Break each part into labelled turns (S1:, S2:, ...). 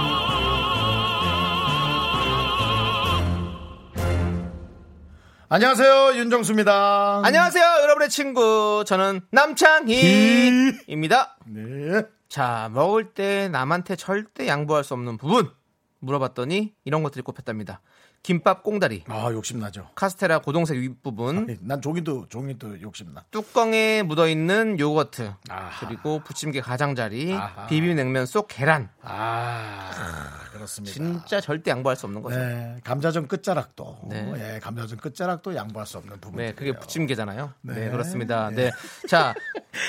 S1: 안녕하세요 윤정수입니다.
S2: 안녕하세요, 여러분의 친구. 저는 남창희입니다.
S1: 네.
S2: 자, 먹을 때 남한테 절대 양보할 수 없는 부분. 물어봤더니 이런 것들이 꼽혔답니다. 김밥 꽁다리,
S1: 아 욕심 나죠. 네,
S2: 카스테라 고동색 윗부분,
S1: 난 종이도 종이도 욕심 나.
S2: 뚜껑에 묻어있는 요거트,
S1: 아하.
S2: 그리고 부침개 가장자리,
S1: 아하.
S2: 비빔냉면 속 계란.
S1: 아 그렇습니다.
S2: 진짜 절대 양보할 수 없는 거죠. 네,
S1: 네 감자전 끝자락도
S2: 네.
S1: 예 감자전 끝자락도 양보할 수 없는 부분.
S2: 그게 부침개잖아요. 네,
S1: 네.
S2: 그렇습니다. 네. 자,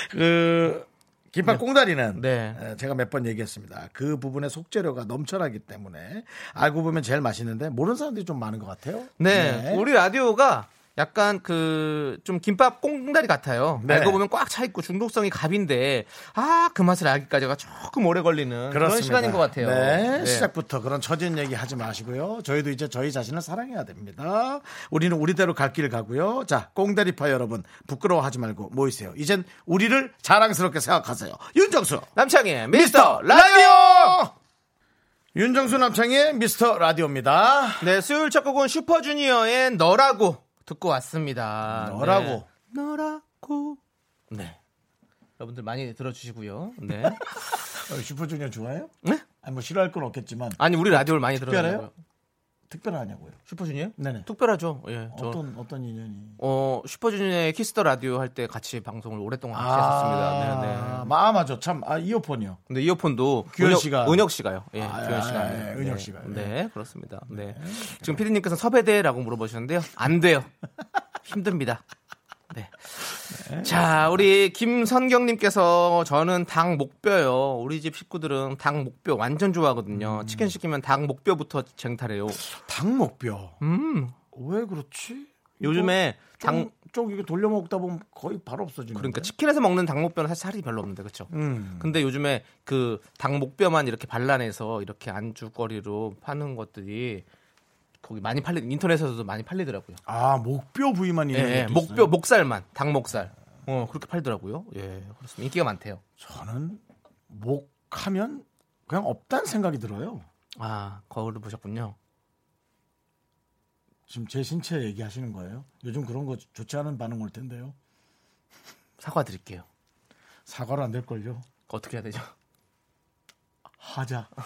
S1: 그 김밥 꽁다리는
S2: 네.
S1: 에, 제가 몇 번 얘기했습니다. 그 부분의 속재료가 넘쳐나기 때문에 알고 보면 제일 맛있는데 모르는 사람들이 좀 많은 것 같아요.
S2: 네, 우리 라디오가 약간 그 좀 김밥 꽁다리 같아요.
S1: 네.
S2: 알고 보면 꽉 차 있고 중독성이 갑인데 아 그 맛을 알기까지가 조금 오래 걸리는 그런 시간인 것 같아요.
S1: 네,
S2: 네.
S1: 시작부터 그런 처진 얘기 하지 마시고요. 저희도 이제 저희 자신을 사랑해야 됩니다. 우리는 우리대로 갈 길 가고요. 자, 꽁다리파 여러분, 부끄러워하지 말고 뭐 모이세요. 이젠 우리를 자랑스럽게 생각하세요. 윤정수!
S2: 남창희 미스터 라디오.
S1: 라디오! 윤정수 남창의 미스터 라디오입니다.
S2: 네, 수요일 첫 곡은 슈퍼주니어의 너라고 듣고 왔습니다.
S1: 너라고.
S2: 네. 너라고. 네. 여러분들 많이 들어주시고요. 네.
S1: 어, 슈퍼주니어 좋아해요?
S2: 네?
S1: 아니, 뭐 싫어할 건 없겠지만,
S2: 아니 우리 라디오를 많이 들어요.
S1: 특별해요? 특별하냐고요.
S2: 슈퍼주니어?
S1: 네네.
S2: 특별하죠. 예. 저
S1: 어떤, 어떤 인연이.
S2: 어, 슈퍼주니어의 키스터 라디오 할 때 같이 방송을 오랫동안 같이
S1: 아.
S2: 했었습니다. 아, 네, 네.
S1: 마, 맞아. 참, 아, 이어폰이요.
S2: 근데 이어폰도
S1: 규현
S2: 은혁-
S1: 씨가-
S2: 은혁 씨가요. 예,
S1: 아,
S2: 규현 씨가.
S1: 아, 예, 은혁 씨가요.
S2: 네, 그렇습니다. 네. 지금 피디님께서 섭외돼라고 물어보시는데요. 안 돼요. 힘듭니다. 네. 자, 우리 김선경님께서 저는 닭 목뼈요. 우리 집 식구들은 닭 목뼈 완전 좋아하거든요.
S1: 음.
S2: 치킨 시키면 닭 목뼈부터 쟁탈해요.
S1: 닭목뼈.
S2: 음,
S1: 왜 그렇지?
S2: 요즘에 닭
S1: 당... 쪽 이게 돌려 먹다 보면 거의 바로 없어지는.
S2: 그러니까 치킨에서 먹는 닭목뼈는 사실 살이 별로 없는데 그렇죠.
S1: 음.
S2: 근데 요즘에 그 닭목뼈만 이렇게 발라내서 이렇게 안주거리로 파는 것들이 거기 많이 팔리 인터넷에서도 많이 팔리더라고요.
S1: 아 목뼈 부위만
S2: 예,
S1: 있는
S2: 예,
S1: 것도
S2: 목뼈
S1: 있어요? 네.
S2: 목살만 닭목살. 어 그렇게 팔더라고요. 예 그렇습니다. 인기가 많대요.
S1: 저는 목하면 그냥 없다는 생각이 들어요.
S2: 아 거울을 보셨군요.
S1: 지금 제 신체 얘기하시는 거예요? 요즘 그런 거 좋지 않은 반응 올 텐데요.
S2: 사과드릴게요.
S1: 사과로 안 될 걸요.
S2: 어떻게 해야 되죠?
S1: 하자.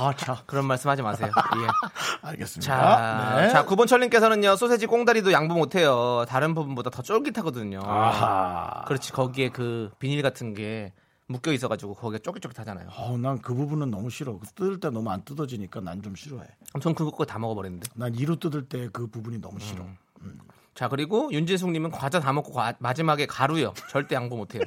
S1: 아, 하자.
S2: 그런 말씀하지 마세요. 예.
S1: 알겠습니다.
S2: 자,
S1: 네.
S2: 자 구본철님께서는요 소세지 꽁다리도 양보 못해요. 다른 부분보다 더 쫄깃하거든요.
S1: 아하.
S2: 그렇지 거기에 그 비닐 같은 게 묶여 있어가지고 거기에 쫄깃쫄깃하잖아요.
S1: 난 그 부분은 너무 싫어. 그 뜯을 때 너무 안 뜯어지니까 난 좀 싫어해.
S2: 전 그거 다 먹어버렸는데.
S1: 난 이로 뜯을 때 그 부분이 너무
S2: 음.
S1: 싫어.
S2: 자 그리고 윤진숙님은 과자 다 먹고 과- 마지막에 가루요. 절대 양보 못해요.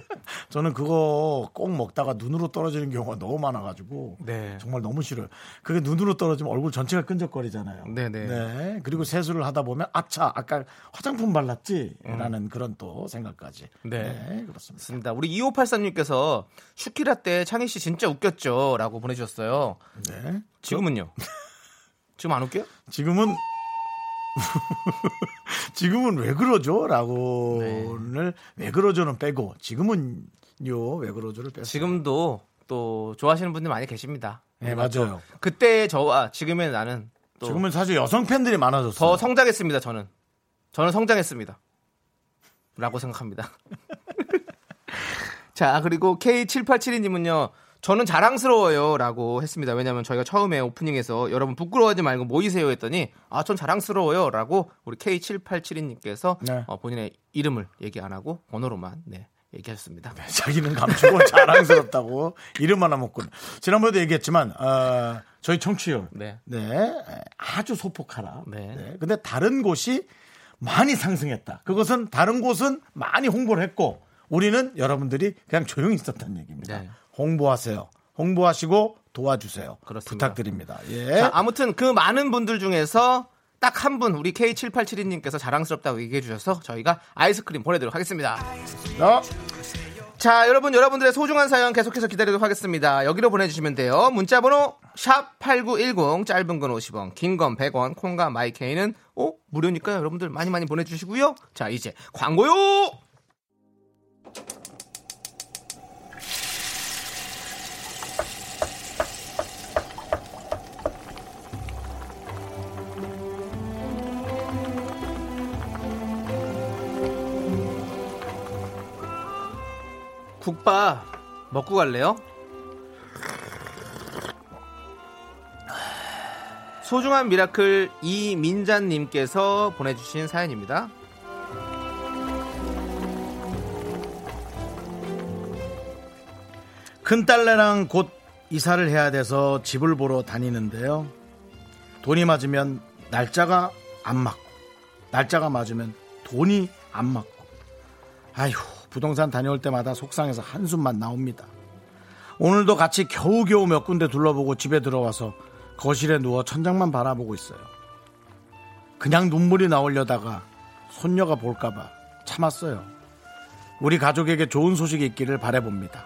S1: 저는 그거 꼭 먹다가 눈으로 떨어지는 경우가 너무 많아가지고
S2: 네.
S1: 정말 너무 싫어요. 그게 눈으로 떨어지면 얼굴 전체가 끈적거리잖아요.
S2: 네네.
S1: 네. 그리고 세수를 하다 보면 아차 아까 화장품 발랐지라는 그런 또 생각까지.
S2: 음. 네.
S1: 그렇습니다.
S2: 맞습니다. 우리 2583님께서 슈키라 때 창희 씨 진짜 웃겼죠라고 보내주셨어요.
S1: 네.
S2: 지금은요? 지금 안 웃겨요?
S1: 지금은 지금은 왜
S2: 네.
S1: 그러죠?라고를 왜 그러죠는 빼고 지금은 요왜 그러죠를 빼서
S2: 지금도 또 좋아하시는 분들 많이 계십니다.
S1: 네 맞아요.
S2: 그때 저와 지금의 나는 또 더
S1: 지금은 사실 여성 팬들이 많아졌어요.
S2: 성장했습니다. 저는 저는 성장했습니다.라고 생각합니다. 자, 그리고 K7872님은요. 저는 자랑스러워요. 라고 했습니다. 왜냐면 저희가 처음에 오프닝에서 여러분 부끄러워하지 말고 모이세요 했더니 아, 전 자랑스러워요. 라고 우리 K7872님께서 어,
S1: 네.
S2: 본인의 이름을 얘기 안 하고 번호로만 네, 얘기하셨습니다.
S1: 자기는 감추고 자랑스럽다고 이름 하나 먹군. 지난번에도 얘기했지만 어, 저희 청취율
S2: 네.
S1: 네. 아주 소폭하라.
S2: 네.
S1: 네. 근데 다른 곳이 많이 상승했다. 그것은 다른 곳은 많이 홍보를 했고 우리는 여러분들이 그냥 조용히 있었다는 얘기입니다.
S2: 네.
S1: 홍보하세요. 홍보하시고 도와주세요.
S2: 그렇습니다.
S1: 부탁드립니다. 예.
S2: 자, 아무튼 그 많은 분들 중에서 딱 한 분 우리 K7872님께서 자랑스럽다고 얘기해 주셔서 저희가 아이스크림 보내드리도록 하겠습니다.
S1: 어?
S2: 자, 여러분, 여러분들의 소중한 사연 계속해서 기다리도록 하겠습니다. 여기로 보내주시면 돼요. 문자번호 샵8910, 짧은 건 50원, 긴 건 100원, 콩과 마이케이는, 어? 무료니까 여러분들 많이 많이 보내주시고요. 자, 이제 광고요! 국밥 먹고 갈래요? 소중한 미라클 이민자님께서 보내주신 사연입니다.
S1: 큰딸내랑 곧 이사를 해야 돼서 집을 보러 다니는데요. 돈이 맞으면 날짜가 안 맞고, 날짜가 맞으면 돈이 안 맞고. 아휴, 부동산 다녀올 때마다 속상해서 한숨만 나옵니다. 오늘도 같이 겨우겨우 몇 군데 둘러보고 집에 들어와서 거실에 누워 천장만 바라보고 있어요. 그냥 눈물이 나오려다가 손녀가 볼까봐 참았어요. 우리 가족에게 좋은 소식이 있기를 바라봅니다.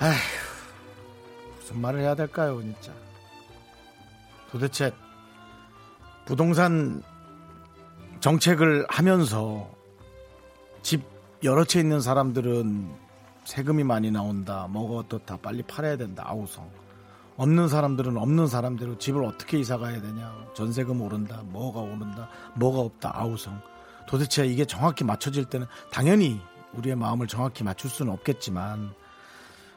S1: 아휴, 무슨 말을 해야 될까요, 진짜. 도대체 부동산 정책을 하면서 집 여러 채 있는 사람들은 세금이 많이 나온다, 뭐가 어떻다, 빨리 팔아야 된다, 아우성. 없는 사람들은 없는 사람대로 집을 어떻게 이사 가야 되냐, 전세금 오른다, 뭐가 오른다, 뭐가 없다, 아우성. 도대체 이게 정확히 맞춰질 때는 당연히 우리의 마음을 정확히 맞출 수는 없겠지만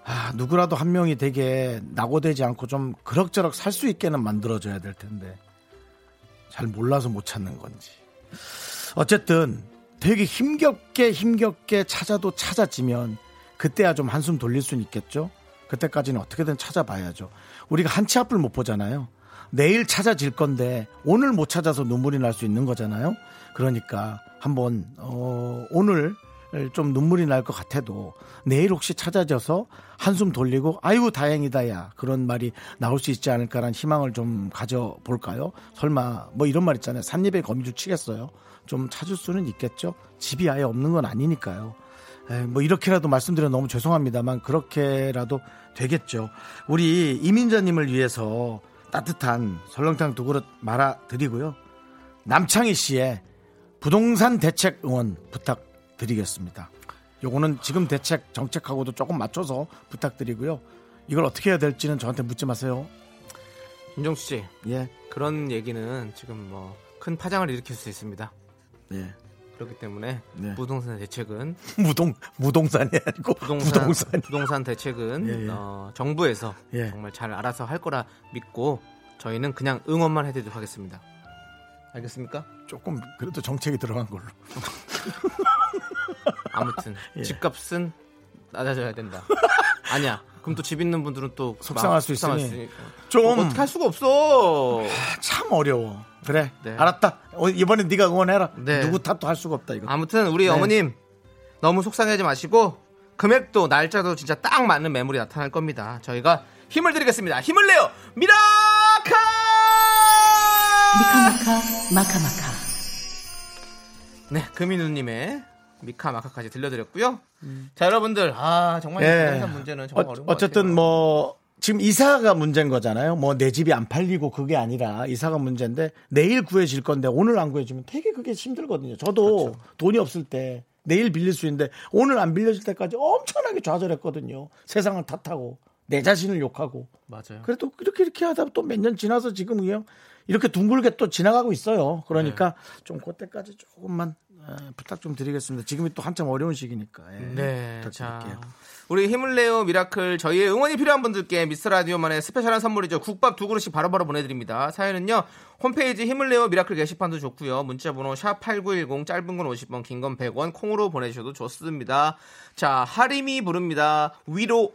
S1: 아, 누구라도 한 명이 되게 낙오되지 않고 좀 그럭저럭 살 수 있게는 만들어줘야 될 텐데 잘 몰라서 못 찾는 건지 어쨌든 되게 힘겹게 힘겹게 찾아도 찾아지면 그때야 좀 한숨 돌릴 수는 있겠죠 그때까지는 어떻게든 찾아봐야죠 우리가 한치 앞을 못 보잖아요 내일 찾아질 건데 오늘 못 찾아서 눈물이 날 수 있는 거잖아요 그러니까 한번 어, 오늘 좀 눈물이 날 것 같아도 내일 혹시 찾아져서 한숨 돌리고 아이고 다행이다야 그런 말이 나올 수 있지 않을까라는 희망을 좀 가져볼까요? 설마 뭐 이런 말 있잖아요. 산입에 거미줄 치겠어요. 좀 찾을 수는 있겠죠. 집이 아예 없는 건 아니니까요. 에, 뭐 이렇게라도 말씀드려 너무 죄송합니다만 그렇게라도 되겠죠. 우리 이민자님을 위해서 따뜻한 설렁탕 두 그릇 말아 드리고요. 남창희 씨의 부동산 대책 응원 부탁드리겠습니다. 요거는 지금 대책 정책하고도 조금 맞춰서 부탁드리고요. 이걸 어떻게 해야 될지는 저한테 묻지 마세요.
S2: 윤정수 씨,
S1: 예,
S2: 그런 얘기는 지금 뭐 큰 파장을 일으킬 수 있습니다.
S1: 예.
S2: 그렇기 때문에
S1: 네.
S2: 부동산 대책은
S1: 무동 무동산이 아니고
S2: 부동산,
S1: 부동산. 이
S2: 부동산 대책은
S1: 예, 예.
S2: 어, 정부에서
S1: 예.
S2: 정말 잘 알아서 할 거라 믿고 저희는 그냥 응원만 해드리도록 하겠습니다. 알겠습니까?
S1: 조금 그래도 정책이 들어간 걸로.
S2: 아무튼
S1: 예.
S2: 집값은 낮아져야 된다. 아니야. 그럼 또 집 있는 분들은 또
S1: 속상할
S2: 마-
S1: 수 있으니.
S2: 있으니까.
S1: 좀
S2: 어떻게 할 수가 없어.
S1: 참 어려워. 그래.
S2: 네.
S1: 알았다. 어, 이번엔 네가 응원해라.
S2: 네.
S1: 누구 탓도 할 수가 없다 이거.
S2: 아무튼 우리 어머님 너무 속상해하지 마시고 금액도 날짜도 진짜 딱 맞는 매물이 나타날 겁니다. 저희가 힘을 드리겠습니다. 힘을 내요. 미라카!
S3: 미카마카 마카마카
S2: 네, 금인우님의 미카 마카까지 들려드렸고요. 자, 여러분들, 아 정말 부동산 문제는 정말
S1: 예. 어,
S2: 음. 어려운 것
S1: 어쨌든
S2: 같아요.
S1: 뭐 지금 이사가 문제인 거잖아요. 뭐 내 집이 안 팔리고 그게 아니라 이사가 문제인데 내일 구해질 건데 오늘 안 구해지면 되게 그게 힘들거든요. 저도
S2: 그렇죠.
S1: 돈이 없을 때 내일 빌릴 수 있는데 오늘 안 빌려질 때까지 엄청나게 좌절했거든요. 세상을 탓하고 내 자신을 욕하고
S2: 맞아요.
S1: 그래도 이렇게 이렇게 하다 또 몇 년 지나서 지금 그냥 이렇게 둥글게 또 지나가고 있어요. 그러니까 좀 그때까지 조금만 에, 부탁 좀 드리겠습니다. 지금이 또 한참 어려운 시기니까. 예,
S2: 네, 자
S1: 부탁드릴게요.
S2: 우리 힘을 내요 미라클 저희의 응원이 필요한 분들께 미스 라디오만의 스페셜한 선물이죠 국밥 두 그릇씩 바로바로 보내드립니다 사연은요 홈페이지 힘을 내요 미라클 게시판도 좋고요 문자번호 샵 #8910 짧은 건 50원 긴 건 100원 콩으로 보내주셔도 좋습니다 자 하림이 부릅니다 위로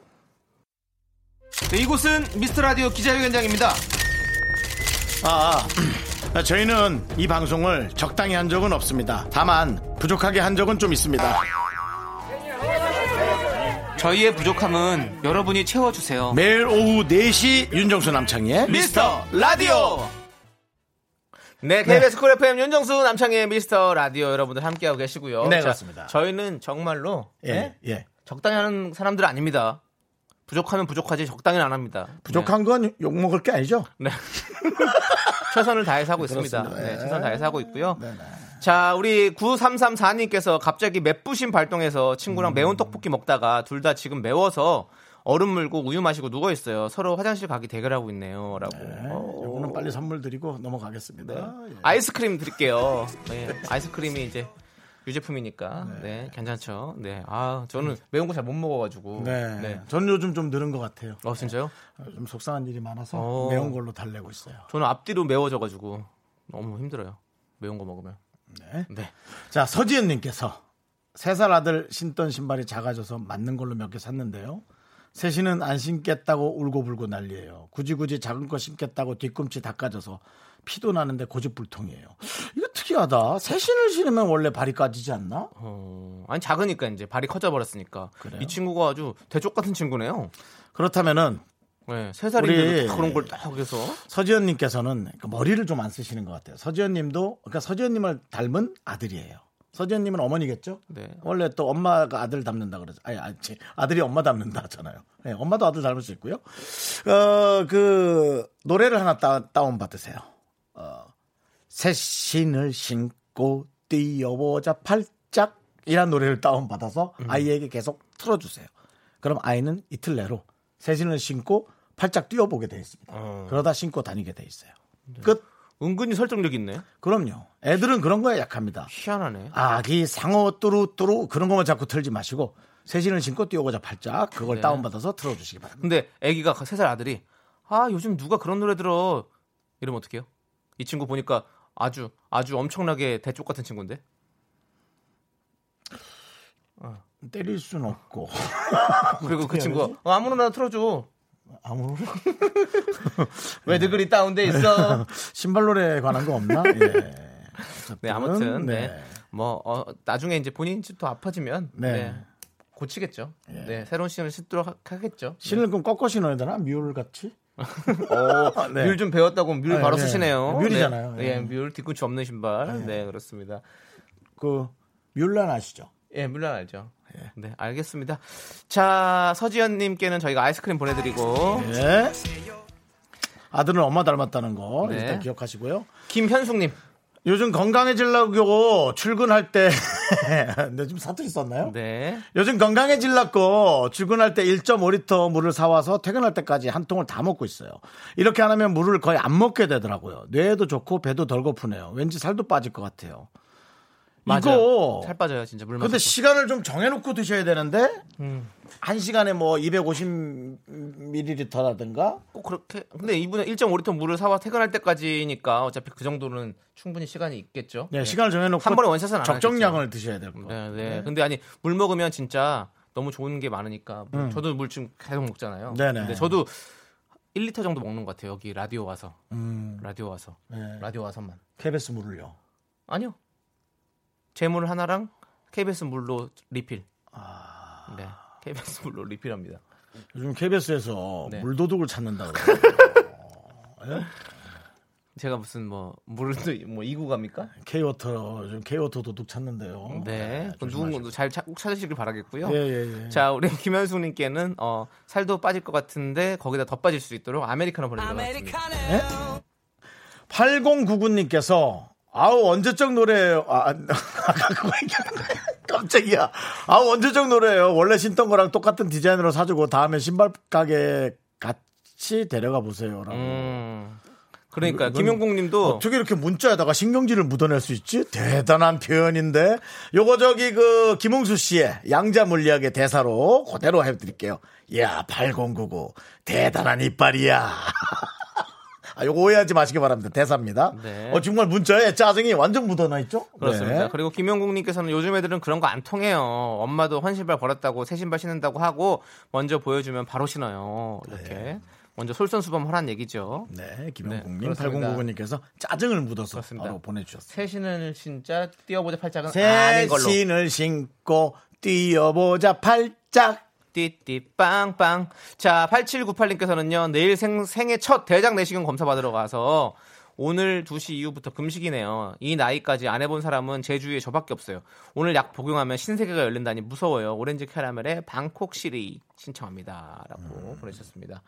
S2: 네, 이곳은 미스 라디오 기자회견장입니다
S1: 아, 아. 저희는 이 방송을 적당히 한 적은 없습니다. 다만 부족하게 한 적은 좀 있습니다.
S2: 저희의 부족함은 여러분이 채워주세요.
S1: 매일 오후 4시 윤정수 남창희의
S2: 미스터 라디오. 네, KBS 쿨 FM 윤정수 남창희의 미스터 라디오 여러분들 함께하고 계시고요.
S1: 네,
S2: 자,
S1: 그렇습니다.
S2: 저희는 정말로 네?
S1: 예, 예.
S2: 적당히 하는 사람들 아닙니다. 부족하면 부족하지 적당히는 안 합니다.
S1: 부족한 건 욕먹을 게 아니죠?
S2: 네. 네. 최선을 다해서 하고 있습니다.
S1: 그렇습니다.
S2: 네,
S1: 네.
S2: 최선을 다해서 하고 있고요.
S1: 네네.
S2: 자, 우리 9334님께서 갑자기 맵부심 발동해서
S1: 음.
S2: 친구랑 매운 떡볶이 먹다가 둘 다 지금 매워서 얼음 물고 우유 마시고 누워 있어요. 서로 화장실 가기 대결하고 있네요라고. 어,
S1: 요거는 빨리 선물 드리고 넘어가겠습니다. 예.
S2: 아이스크림 드릴게요. 네, 아이스크림이 이제 유제품이니까 네, 괜찮죠. 네, 아 저는 매운 거 잘 못 먹어가지고.
S1: 네. 저는 요즘 좀 늘은 것 같아요.
S2: 어 진짜요?
S1: 좀 속상한 일이 많아서
S2: 어.
S1: 매운 걸로 달래고 있어요.
S2: 저는 앞뒤로 매워져가지고 너무 힘들어요. 매운 거 먹으면.
S1: 네.
S2: 네.
S1: 자, 서지은님께서 세 살 아들 신던 신발이 작아져서 맞는 걸로 몇 개 샀는데요. 셋이는 안 신겠다고 울고불고 난리예요. 굳이 굳이 작은 거 신겠다고 뒤꿈치 닦아져서 피도 나는데 고집불통이에요. 이거 특이하다. 새 신을 신으면 원래 발이 까지지 않나?
S2: 어, 아니 작으니까 이제 발이 커져 버렸으니까. 이 친구가 아주 대쪽 같은 친구네요.
S1: 그렇다면은
S2: 네, 세 살인데
S1: 우리-
S2: 도 그런 걸 딱 해서.
S1: 서지현님께서는 그 머리를 좀 안 쓰시는 것 같아요. 서지현님도 그러니까 서지현님을 닮은 아들이에요. 서지현님은 어머니겠죠?
S2: 네.
S1: 원래 또 엄마가 아들 닮는다 그러죠. 아니, 아니 제 아들이 엄마 닮는다 하잖아요. 네, 엄마도 아들 닮을 수 있고요. 어, 그 노래를 하나 따, 다운 받으세요. 어, 새 신을 신고 뛰어보자 팔짝 이란 노래를 다운 받아서 아이에게 계속 틀어주세요. 그럼 아이는 이틀 내로 새 신을 신고 팔짝 뛰어보게 돼 있습니다. 그러다 신고 다니게 돼 있어요. 끝.
S2: 은근히 설득력 있네.
S1: 그럼요. 애들은 그런 거에 약합니다.
S2: 희한하네.
S1: 아기 상어 뚜루뚜루 그런 것만 자꾸 틀지 마시고 새신을 신고 뛰어보자 팔짝 그걸
S2: 네.
S1: 다운받아서 틀어주시기 바랍니다.
S2: 근데 아기가 그 세 살 아들이 아 요즘 누가 그런 노래 들어 이러면 어떡해요? 이 친구 보니까 아주 아주 엄청나게 대쪽 같은 친구인데
S1: 때릴 순 없고
S2: 그리고 그 친구가 어, 아무나 틀어줘
S1: 아무 네.
S2: 왜들 그리 다운돼 있어
S1: 신발 노래에 관한 거 없나? 예.
S2: 네 아무튼 네뭐 어, 나중에 이제 본인 집도 아파지면
S1: 네. 예.
S2: 네, 고치겠죠 네 새로운 시험을 싣도록 하- 하겠죠
S1: 신을 그럼 꺾어 신어야 되나? 뮬 같이?
S2: 어,
S1: 네.
S2: 뮬좀 배웠다고 뮬
S1: 아,
S2: 바로
S1: 네.
S2: 쓰시네요
S1: 뮬이잖아요.
S2: 네.
S1: 예.
S2: 예, 뮬 뒤꿈치 없는 신발 네 그렇습니다
S1: 그 뮬란 아시죠?
S2: 예, 물론 알죠. 네, 알겠습니다. 자, 서지현님께는 저희가 아이스크림 보내드리고,
S1: 예. 아들은 엄마 닮았다는 거
S2: 네.
S1: 일단 기억하시고요.
S2: 김현숙님.
S1: 요즘 건강해지려고 출근할 때, 근데 좀 사투리 썼나요?
S2: 네.
S1: 요즘 건강해질라고 출근할 때 1.5리터 물을 사와서 퇴근할 때까지 한 통을 다 먹고 있어요. 이렇게 안 하면 물을 거의 안 먹게 되더라고요. 뇌에도 좋고 배도 덜 고프네요. 왠지 살도 빠질 것 같아요.
S2: 맞아요.
S1: 이거
S2: 살 빠져요, 진짜. 물
S1: 어. 근데
S2: 마시고.
S1: 시간을 좀 음. 정해놓고 드셔야 되는데 한 시간에 뭐 250ml라든가
S2: 꼭 그렇게. 근데 이분은 1.5리터 물을 사와 퇴근할 때까지니까 어차피 그 정도는 충분히 시간이 있겠죠.
S1: 네, 시간을 정해놓고
S2: 한 번에 원샷은 안
S1: 적정량을 드셔야 될 거.
S2: 네, 네, 근데 아니, 물 먹으면 진짜 너무 좋은 게 많으니까. 저도 물 지금 계속 먹잖아요.
S1: 음. 네네.
S2: 근데 저도 1리터 정도 먹는 것 같아요. 여기 라디오 와서. 라디오 와서.
S1: 음. 네.
S2: 라디오 와서만.
S1: KBS 물을요.
S2: 아니요. 제물 하나랑 KBS 물로 리필. 네. KBS 물로 리필합니다.
S1: 요즘 KBS에서
S2: 네.
S1: 물도둑을 찾는다고. 그래요.
S2: 제가 무슨 뭐 물을 또- 뭐 이구 갑니까?
S1: K워터 요즘 K워터 도둑 찾는데요.
S2: 네. 그건
S1: 조심하시고요.
S2: 누군가도 잘 찾- 꼭 찾으시길 바라겠고요.
S1: 예, 예, 예.
S2: 자, 우리 김현수님께는 어, 살도 빠질 것 같은데 거기다 더 빠질 수 있도록 아메리카노 보내드리겠습니다.
S1: 8099님께서 아우 언제적 노래예요. 아, 아, 아까 그거 얘기하는 거야. 깜짝이야. 아우 언제적 노래예요. 원래 신던 거랑 똑같은 디자인으로 사주고 다음에 신발 가게 같이 데려가 보세요라고.
S2: 음, 그러니까
S1: 이건
S2: 김용국님도
S1: 어떻게 이렇게 문자에다가 신경질을 묻어낼 수 있지? 대단한 표현인데. 요거 저기 그 김홍수 씨의 양자 물리학의 대사로 그대로 해드릴게요. 야, 8099. 대단한 이빨이야. 아, 요거 오해하지 마시기 바랍니다. 대사입니다.
S2: 네.
S1: 어, 정말 문자에 짜증이 완전 묻어나 있죠?
S2: 그렇습니다.
S1: 네.
S2: 그리고 김영국님께서는 요즘 애들은 그런 거 안 통해요. 엄마도 헌신발 버렸다고 새 신발 신는다고 하고 먼저 보여주면 바로 신어요. 이렇게 먼저 솔선수범 하란 얘기죠.
S1: 네, 김영국님,
S2: 네, 그렇습니다.
S1: 8099님께서 짜증을 묻어서
S2: 그렇습니다.
S1: 바로 보내주셨어요.
S2: 새 신은 진짜 뛰어보자 팔짝은 아닌
S1: 새
S2: 걸로.
S1: 신을 신고 뛰어보자 팔짝.
S2: 띠띠 빵빵. 자, 8798님께서는요. 내일 생, 생애 첫 대장 내시경 검사 받으러 가서 오늘 2시 이후부터 금식이네요. 이 나이까지 안 해본 사람은 제 주위에 저밖에 없어요. 오늘 약 복용하면 신세계가 열린다니 무서워요. 오렌지 캐러멜의 방콕 시리 신청합니다라고 보내셨습니다.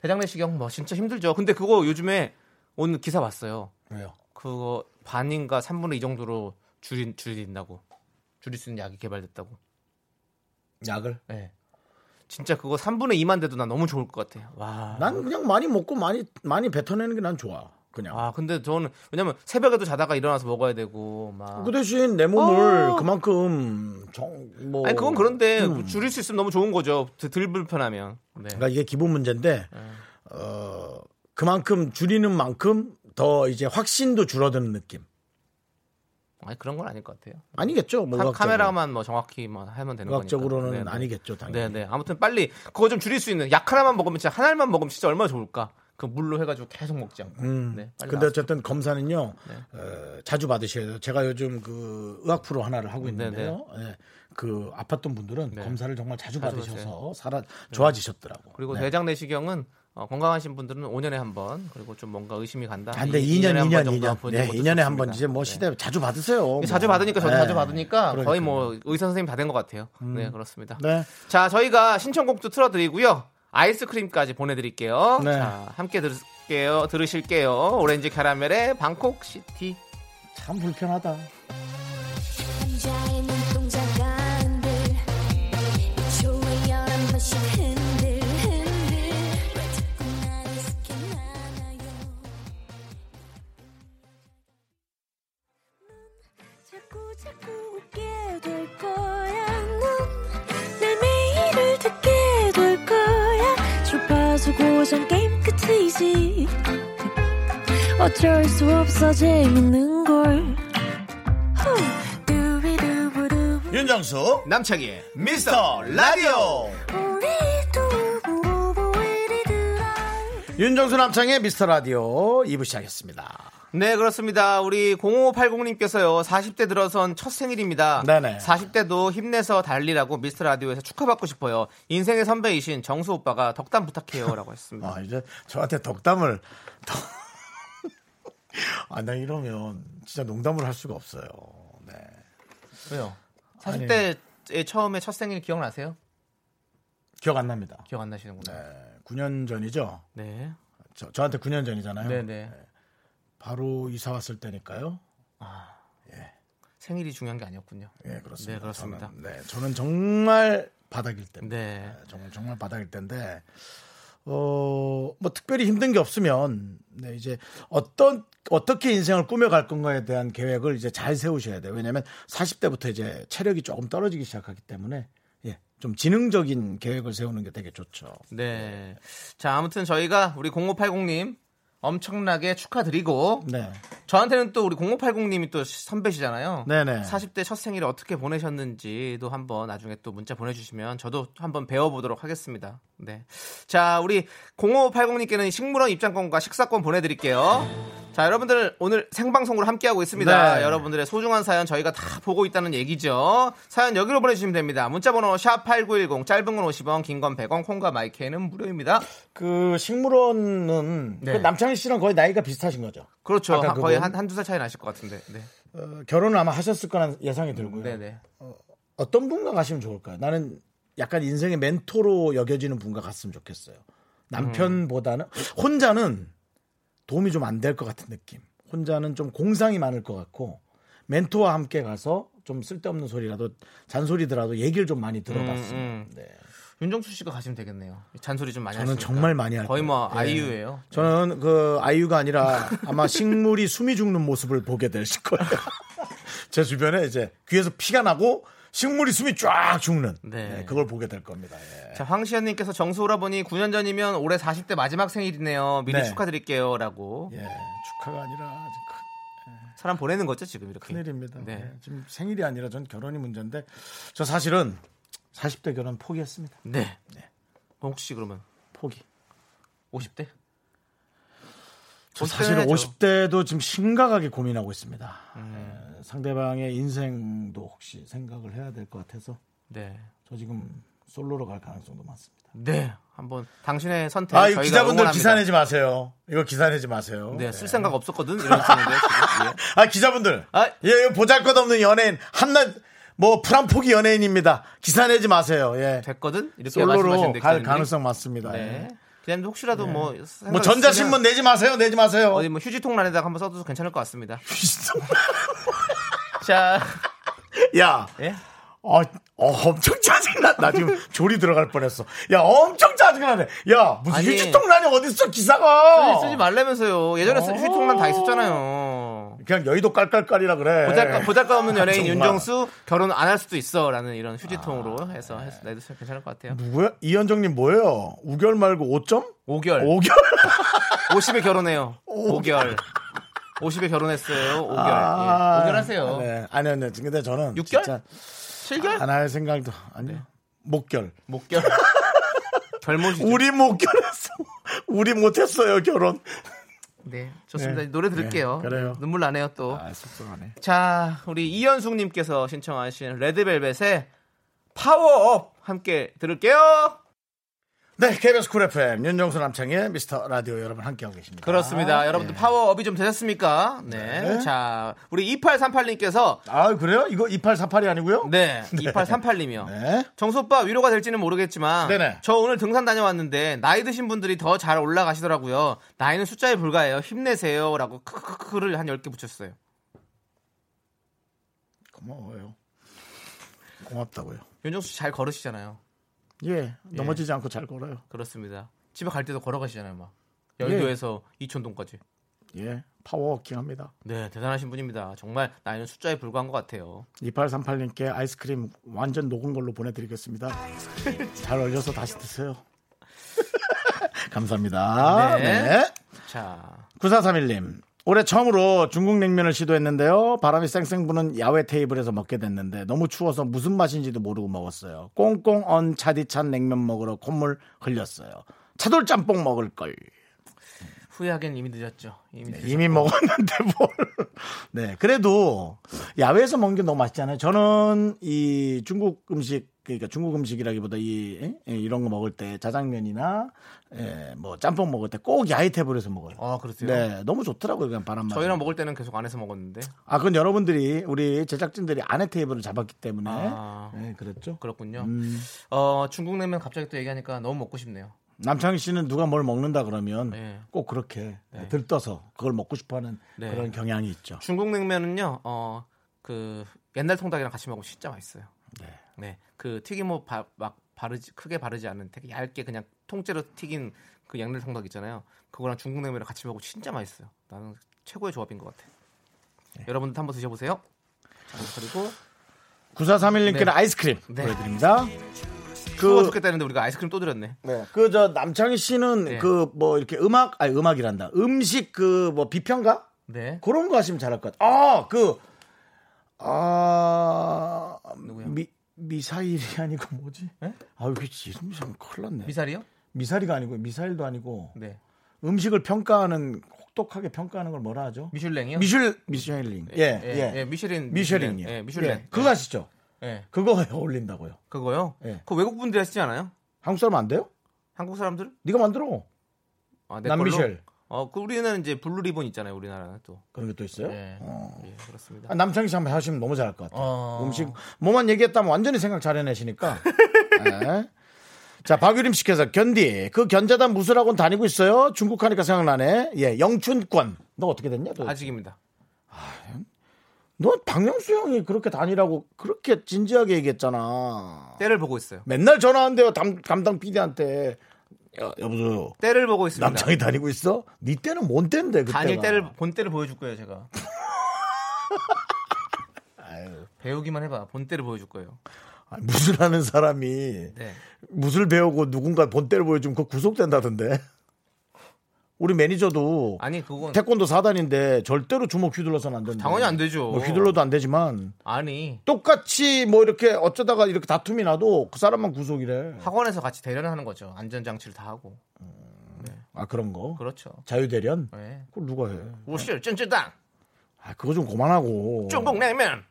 S2: 대장 내시경 뭐 진짜 힘들죠. 근데 그거 요즘에 오늘 기사 봤어요.
S1: 왜요?
S2: 그거 반인가 3분의 2 정도로 줄인 줄인다고 줄일 수 있는 약이 개발됐다고.
S1: 약을?
S2: 예. 진짜 그거 3분의 2만 돼도 난 너무 좋을 것 같아요. 와.
S1: 난 그냥 많이 먹고 많이 많이 뱉어내는 게 난 좋아. 그냥.
S2: 아 근데 저는 왜냐면 새벽에도 자다가 일어나서 먹어야 되고 막.
S1: 그 대신 내 몸을
S2: 어.
S1: 그만큼 정뭐
S2: 아니 그건 그런데 뭐 줄일 수 있으면 너무 좋은 거죠. 드- 덜 불편하면. 네.
S1: 음. 그러니까 이게 기본 문제인데 어 그만큼 줄이는 만큼 더 이제 확신도 줄어드는 느낌.
S2: 아니 그런 건 아닐 것 같아요.
S1: 아니겠죠? 뭐
S2: 카,
S1: 의학적으로.
S2: 카메라만 뭐 정확히만 하면 되는
S1: 의학적으로는
S2: 거니까. 네네.
S1: 아니겠죠, 당연히.
S2: 네네. 아무튼 빨리 그거 좀 줄일 수 있는 약 하나만 먹으면 진짜 하나만 먹으면 진짜 얼마나 좋을까. 그 물로 해가지고 계속 먹지 않고. 네. 빨리
S1: 음.
S2: 네.
S1: 근데
S2: 나왔으면
S1: 어쨌든 검사는요 어, 자주 받으셔야 돼요. 제가 요즘 그 의학 프로 하나를 하고 있는데요. 예, 그 아팠던 분들은
S2: 네.
S1: 검사를 정말 자주, 받으셔서 살아 좋아지셨더라고.
S2: 그리고
S1: 네.
S2: 대장 내시경은 어, 건강하신 분들은 5년에 한 번, 그리고 좀 뭔가 의심이 간다.
S1: 아, 근데
S2: 이-
S1: 2년,
S2: 이년에 한번
S1: 2년,
S2: 정도
S1: 2년.
S2: 보는
S1: 네,
S2: 것도
S1: 2년에 한 번
S2: 좋습니다.
S1: 이제 뭐
S2: 네.
S1: 시대 자주 받으세요. 뭐.
S2: 자주 받으니까 저도
S1: 네.
S2: 자주 받으니까 거의
S1: 그러니까요.
S2: 뭐 의사 선생님 다 된 것 같아요. 네 그렇습니다.
S1: 네.
S2: 자 저희가 신청곡도 틀어드리고요 아이스크림까지 보내드릴게요.
S1: 네.
S2: 자 함께 들을게요. 들으실게요. 오렌지 캐러멜의 방콕 시티.
S1: 참 불편하다.
S4: 남자의 눈동자가 흔들 애초에 열한 번씩 흔들 흔들 왜 자꾸 나를 스캔 하나요 자꾸 자꾸 웃게 될 거야 넌내 매일을 듣게 될 거야 주파수 고정 게임 끝이지 어쩔 수 없어 재밌는 걸 후. 두비두부두부.
S1: 윤정수
S2: 남창희의
S1: 미스터 라디오.
S4: 우리 두부부부 우리들아.
S1: 윤정수 남창의 미스터 라디오 2부 시작했습니다.
S2: 네 그렇습니다. 우리 0580님께서요 40대 들어선 첫 생일입니다.
S1: 네네.
S2: 40대도 힘내서 달리라고 미스터 라디오에서 축하받고 싶어요. 인생의 선배이신 정수 오빠가 덕담 부탁해요라고 했습니다.
S1: 아, 이제 저한테 덕담을 더... 아, 나 이러면 진짜 농담을 할 수가 없어요. 네.
S2: 왜요? 40대 의 처음에 첫 생일 기억나세요?
S1: 기억 안 납니다.
S2: 기억 안 네, 나시는구나.
S1: 9년 전이죠.
S2: 네.
S1: 저, 저한테 9년 전이잖아요.
S2: 네, 네.
S1: 바로 이사 왔을 때니까요.
S2: 생일이 중요한 게 아니었군요.
S1: 예, 그렇습니다.
S2: 네, 그렇습니다.
S1: 저는, 네, 저는 정말 바닥일 때입니다.
S2: 네.
S1: 정말 정말 바닥일 텐데 어뭐 특별히 힘든 게 없으면 네, 이제 어떤 어떻게 인생을 꾸며갈 건가에 대한 계획을 이제 잘 세우셔야 돼요. 왜냐하면 40대부터 이제 체력이 조금 떨어지기 시작하기 때문에 예, 좀 지능적인 계획을 세우는 게 되게 좋죠.
S2: 네. 자, 아무튼 저희가 우리 0580님 엄청나게 축하드리고
S1: 네,
S2: 저한테는 또 우리 0580님이 또 선배시잖아요.
S1: 네네.
S2: 40대 첫 생일을 어떻게 보내셨는지도 한번 나중에 또 문자 보내주시면 저도 한번 배워보도록 하겠습니다. 네. 자, 우리 0580님께는 식물원 입장권과 식사권 보내드릴게요. 자, 여러분들 오늘 생방송으로 함께하고 있습니다.
S1: 네.
S2: 여러분들의 소중한 사연 저희가 다 보고 있다는 얘기죠. 사연 여기로 보내주시면 됩니다. 문자번호 샵8910, 짧은 건 50원, 긴 건 100원, 콩과 마이크는 무료입니다.
S1: 그 식물원은
S2: 네.
S1: 그 남창희 씨랑 거의 나이가 비슷하신 거죠.
S2: 그렇죠.
S1: 아까
S2: 한- 거의
S1: 그분?
S2: 한, 한두 살 차이 나실 것 같은데. 네.
S1: 어, 결혼을 아마 하셨을 거란 예상이 들고요.
S2: 네네.
S1: 어떤 분과 가시면 좋을까요? 나는 약간 인생의 멘토로 여겨지는 분과 갔으면 좋겠어요. 남편보다는 혼자는 도움이 좀 안 될 것 같은 느낌. 혼자는 좀 공상이 많을 것 같고 멘토와 함께 가서 좀 쓸데없는 소리라도 잔소리더라도 얘기를 좀 많이 들어봤습니다.
S2: 음, 음.
S1: 네.
S2: 윤정수 씨가 가시면 되겠네요. 잔소리 좀 많이
S1: 저는
S2: 하시니까.
S1: 정말 많이 할
S2: 거의 뭐
S1: 거예요.
S2: 아이유예요.
S1: 저는 그 아이유가 아니라 아마 식물이 숨이 죽는 모습을 보게 되실 거예요. 제 주변에 이제 귀에서 피가 나고 식물이 숨이 쫙 죽는
S2: 네.
S1: 네, 그걸 보게 될 겁니다. 예.
S2: 자, 황시현님께서 정수 오라버니 9년 전이면 올해 40대 마지막 생일이네요. 미리
S1: 네.
S2: 축하드릴게요. 라고.
S1: 예, 축하가 아니라 아주 큰-
S2: 사람 보내는 거죠, 지금 이렇게.
S1: 큰일입니다.
S2: 네.
S1: 예, 지금 생일이 아니라 전 결혼이 문제인데 저 사실은 40대 결혼 포기했습니다.
S2: 네. 그럼 혹시 그러면
S1: 포기.
S2: 50대?
S1: 저
S2: 50대
S1: 사실은
S2: 해야죠.
S1: 50대도 지금 심각하게 고민하고 있습니다.
S2: 음.
S1: 예, 상대방의 인생도 혹시 생각을 해야 될 것 같아서
S2: 네.
S1: 저 지금 솔로로 갈 가능성도 많습니다.
S2: 네, 한번 당신의 선택.
S1: 아, 이거
S2: 네, 저희가
S1: 기자분들
S2: 응원합니다.
S1: 기사 내지 마세요. 이거 기사 내지 마세요. 예.
S2: 네, 쓸 생각 없었거든. 이런 식인데. 지금. 예.
S1: 아, 기자분들.
S2: 아.
S1: 예, 보잘것없는 연예인 한낱 뭐 프랑포기 연예인입니다. 기사 내지 마세요. 예.
S2: 됐거든. 이렇게
S1: 솔로로
S2: 말씀하시는데
S1: 갈
S2: 기자님들이.
S1: 가능성 많습니다.
S2: 네.
S1: 예.
S2: 그냥 혹시라도 뭐 생각
S1: 뭐 전자신문 내지 마세요. 내지 마세요.
S2: 어디 뭐 휴지통란에다가 한번 써도 괜찮을 것 같습니다. 자,
S1: 야,
S2: 예.
S1: 어, 어, 엄청 짜증나. 나 지금 조리 들어갈 뻔했어. 야, 엄청 짜증나네. 야, 무슨
S2: 아니.
S1: 휴지통란이 어딨어, 기사가.
S2: 쓰지 말라면서요. 예전에 쓰-
S1: 어.
S2: 휴지통란 다 있었잖아요.
S1: 그냥 여의도 깔깔깔이라 그래.
S2: 보잘까, 보잘까 없는 연예인
S1: 네. 정말.
S2: 윤정수 결혼 안 할 수도 있어 라는 이런 휴지통으로 해서 해서 내도 괜찮을 것 같아요.
S1: 누구야? 이현정님 뭐예요? 우결 말고 5점?
S2: 5개월.
S1: 5결?
S2: 50에 결혼해요. 5개월. 50에 결혼했어요. 5개월. 예. 5개월 하세요.
S1: 네. 아. 아니요, 아니요. 근데 저는.
S2: 육결? 네.
S1: 진짜
S2: 7개월?
S1: 안 할 생각도. 아니요. 목결.
S2: 목결. 결모시죠.
S1: 우리 목결했어. 우리 못했어요, 결혼.
S2: 네, 좋습니다.
S1: 네.
S2: 노래 들을게요.
S1: 네, 그래요. 아.
S2: 눈물 나네요 또.
S1: 속상하네.
S2: 자, 우리 이현숙님께서 신청하신 레드벨벳의 파워업 함께 들을게요.
S1: 네, KBS 쿨 FM 윤정수 남창의 미스터 라디오 여러분 함께하고 계십니다. 예.
S2: 그렇습니다. 여러분들 파워업이 좀 되셨습니까? 네.
S1: 아. 네.
S2: 자, 우리 2838님께서
S1: 아, 그래요? 이거 2848이 아니고요?
S2: 네, 2838님이요.
S1: 네.
S2: 정수 오빠 위로가 될지는 모르겠지만
S1: 네네.
S2: 저 오늘 등산 다녀왔는데 나이 드신 분들이 더 잘 올라가시더라고요. 나이는 숫자에 불과해요. 힘내세요라고 크크크를 한 10개 붙였어요.
S1: 고마워요. 고맙다고요.
S2: 윤정수 씨 잘 걸으시잖아요.
S1: 예, 넘어지지 않고 잘 걸어요.
S2: 그렇습니다. 집에 갈 때도 걸어가시잖아요, 막. 여의도에서
S1: 네.
S2: 이촌동까지.
S1: 예, 파워워킹 합니다.
S2: 네, 대단하신 분입니다. 정말 나이는 숫자에 불과한 것 같아요.
S1: 2838님께 아이스크림 완전 녹은 걸로 보내드리겠습니다. 잘 얼려서 다시 드세요. 감사합니다.
S2: 네.
S1: 네.
S2: 자,
S1: 9431님. 올해 처음으로 중국 냉면을 시도했는데요. 바람이 쌩쌩 부는 야외 테이블에서 먹게 됐는데 너무 추워서 무슨 맛인지도 모르고 먹었어요. 꽁꽁 언 차디찬 냉면 먹으러 콧물 흘렸어요. 차돌 짬뽕 먹을 걸.
S2: 후회하기엔 이미 늦었죠. 이미 늦었죠.
S1: 네, 이미 먹었는데 뭘. 네. 그래도 야외에서 먹는 게 너무 맛있잖아요. 저는 이 중국 음식 그러니까 중국 음식이라기보다 이 에? 에, 이런 거 먹을 때 자장면이나 에, 뭐 짬뽕 먹을 때 꼭 야외 테이블에서 먹어요.
S2: 아, 그렇세요
S1: 네, 너무 좋더라고요. 그냥 바람 맞
S2: 저희랑 먹을 때는 계속 안에서 먹었는데.
S1: 아, 그건 여러분들이 우리 제작진들이 안에 테이블을 잡았기 때문에
S2: 아.
S1: 네, 그랬죠.
S2: 그렇군요.
S1: 음.
S2: 어, 중국 냉면 갑자기 또 얘기하니까 너무 먹고 싶네요.
S1: 남창희 씨는 누가 뭘 먹는다 그러면
S2: 네.
S1: 꼭 그렇게 들떠서 그걸 먹고 싶어하는
S2: 네.
S1: 그런 경향이 있죠.
S2: 중국 냉면은요, 어, 그 옛날 통닭이랑 같이 먹으면 진짜 맛있어요.
S1: 네.
S2: 네, 그 튀김옷 바- 막 바르지 크게 바르지 않은 되게 얇게 그냥 통째로 튀긴 그 양념 통닭 있잖아요. 그거랑 중국 냉면을 같이 먹으면 진짜 맛있어요. 나는 최고의 조합인 것 같아. 요
S1: 네.
S2: 여러분도 한번 드셔보세요. 자, 그리고
S1: 9431님께는
S2: 네.
S1: 아이스크림
S2: 네.
S1: 보여드립니다.
S2: 추워
S1: 그,
S2: 죽겠다는데 우리가 아이스크림 또 드렸네.
S1: 그, 저, 남창희 씨는
S2: 네.
S1: 그, 뭐, 이렇게 음악, 아니, 음악이란다. 음식 그, 뭐, 비평가?
S2: 네.
S1: 그런 거 하시면 잘할 것 같아요. 아, 그, 아,
S2: 누구야?
S1: 미, 미사일이 아니고 뭐지? 아, 이게 이름이 참 큰일 났네.
S2: 네? 미사리요?
S1: 미사리가 아니고 미사일도 아니고
S2: 네.
S1: 음식을 평가하는 혹독하게 평가하는 걸 뭐라 하죠?
S2: 미슐랭이요?
S1: 미슐 미슐랭. 예, 예.
S2: 예, 예, 미슐린.
S1: 미슐랭이요.
S2: 예, 미슐랭.
S1: 예, 그거 아시죠?
S2: 예.
S1: 그거에 어울린다고요.
S2: 그거요?
S1: 예.
S2: 그 외국 분들이 하시지 않아요?
S1: 한국 사람 안 돼요?
S2: 한국 사람들?
S1: 네가 만들어.
S2: 아, 내 걸로?
S1: 남미셸.
S2: 어, 그 우리는 이제 블루 리본 있잖아요, 우리나라는 또.
S1: 그런 게 또 있어요?
S2: 예. 예, 그렇습니다.
S1: 아, 남창희 씨 한번 하시면 너무 잘할 것 같아요.
S2: 어.
S1: 음식 뭐만 얘기했다면 완전히 생각 잘해내시니까. 예. 자 박유림 씨께서 견디 그 견자단 무술학원 다니고 있어요. 중국 하니까 생각나네. 예 영춘권 너 어떻게 됐냐? 너,
S2: 아직입니다.
S1: 너 박명수 형이 그렇게 다니라고 그렇게 진지하게 얘기했잖아.
S2: 때를 보고 있어요.
S1: 맨날 전화한대요 담, 담당 PD한테 여, 여보세요
S2: 때를 보고 있습니다.
S1: 남창이 다니고 있어? 네 때는 뭔 때인데 그때가
S2: 단일 때를 본 때를 보여줄 거예요, 제가. 배우기만 해봐. 본 때를 보여줄 거예요.
S1: 아니, 무술하는 사람이
S2: 네.
S1: 무술 배우고 누군가 본때를 보여주면 그 구속된다던데 우리 매니저도
S2: 아니 그건
S1: 태권도 사단인데 절대로 주먹 휘둘러서는 안 된다
S2: 당연히 안 되죠.
S1: 뭐 휘둘러도 안 되지만
S2: 아니
S1: 똑같이 뭐 이렇게 어쩌다가 이렇게 다툼이 나도 그 사람만 구속이래
S2: 학원에서 같이 대련을 하는 거죠. 안전장치를 다 하고.
S1: 아 그런 거
S2: 그렇죠.
S1: 자유대련
S2: 네.
S1: 그걸 누가 해
S2: 우실 쩐쩐당
S1: 아, 그거 좀 그만하고
S2: 중국 냉면.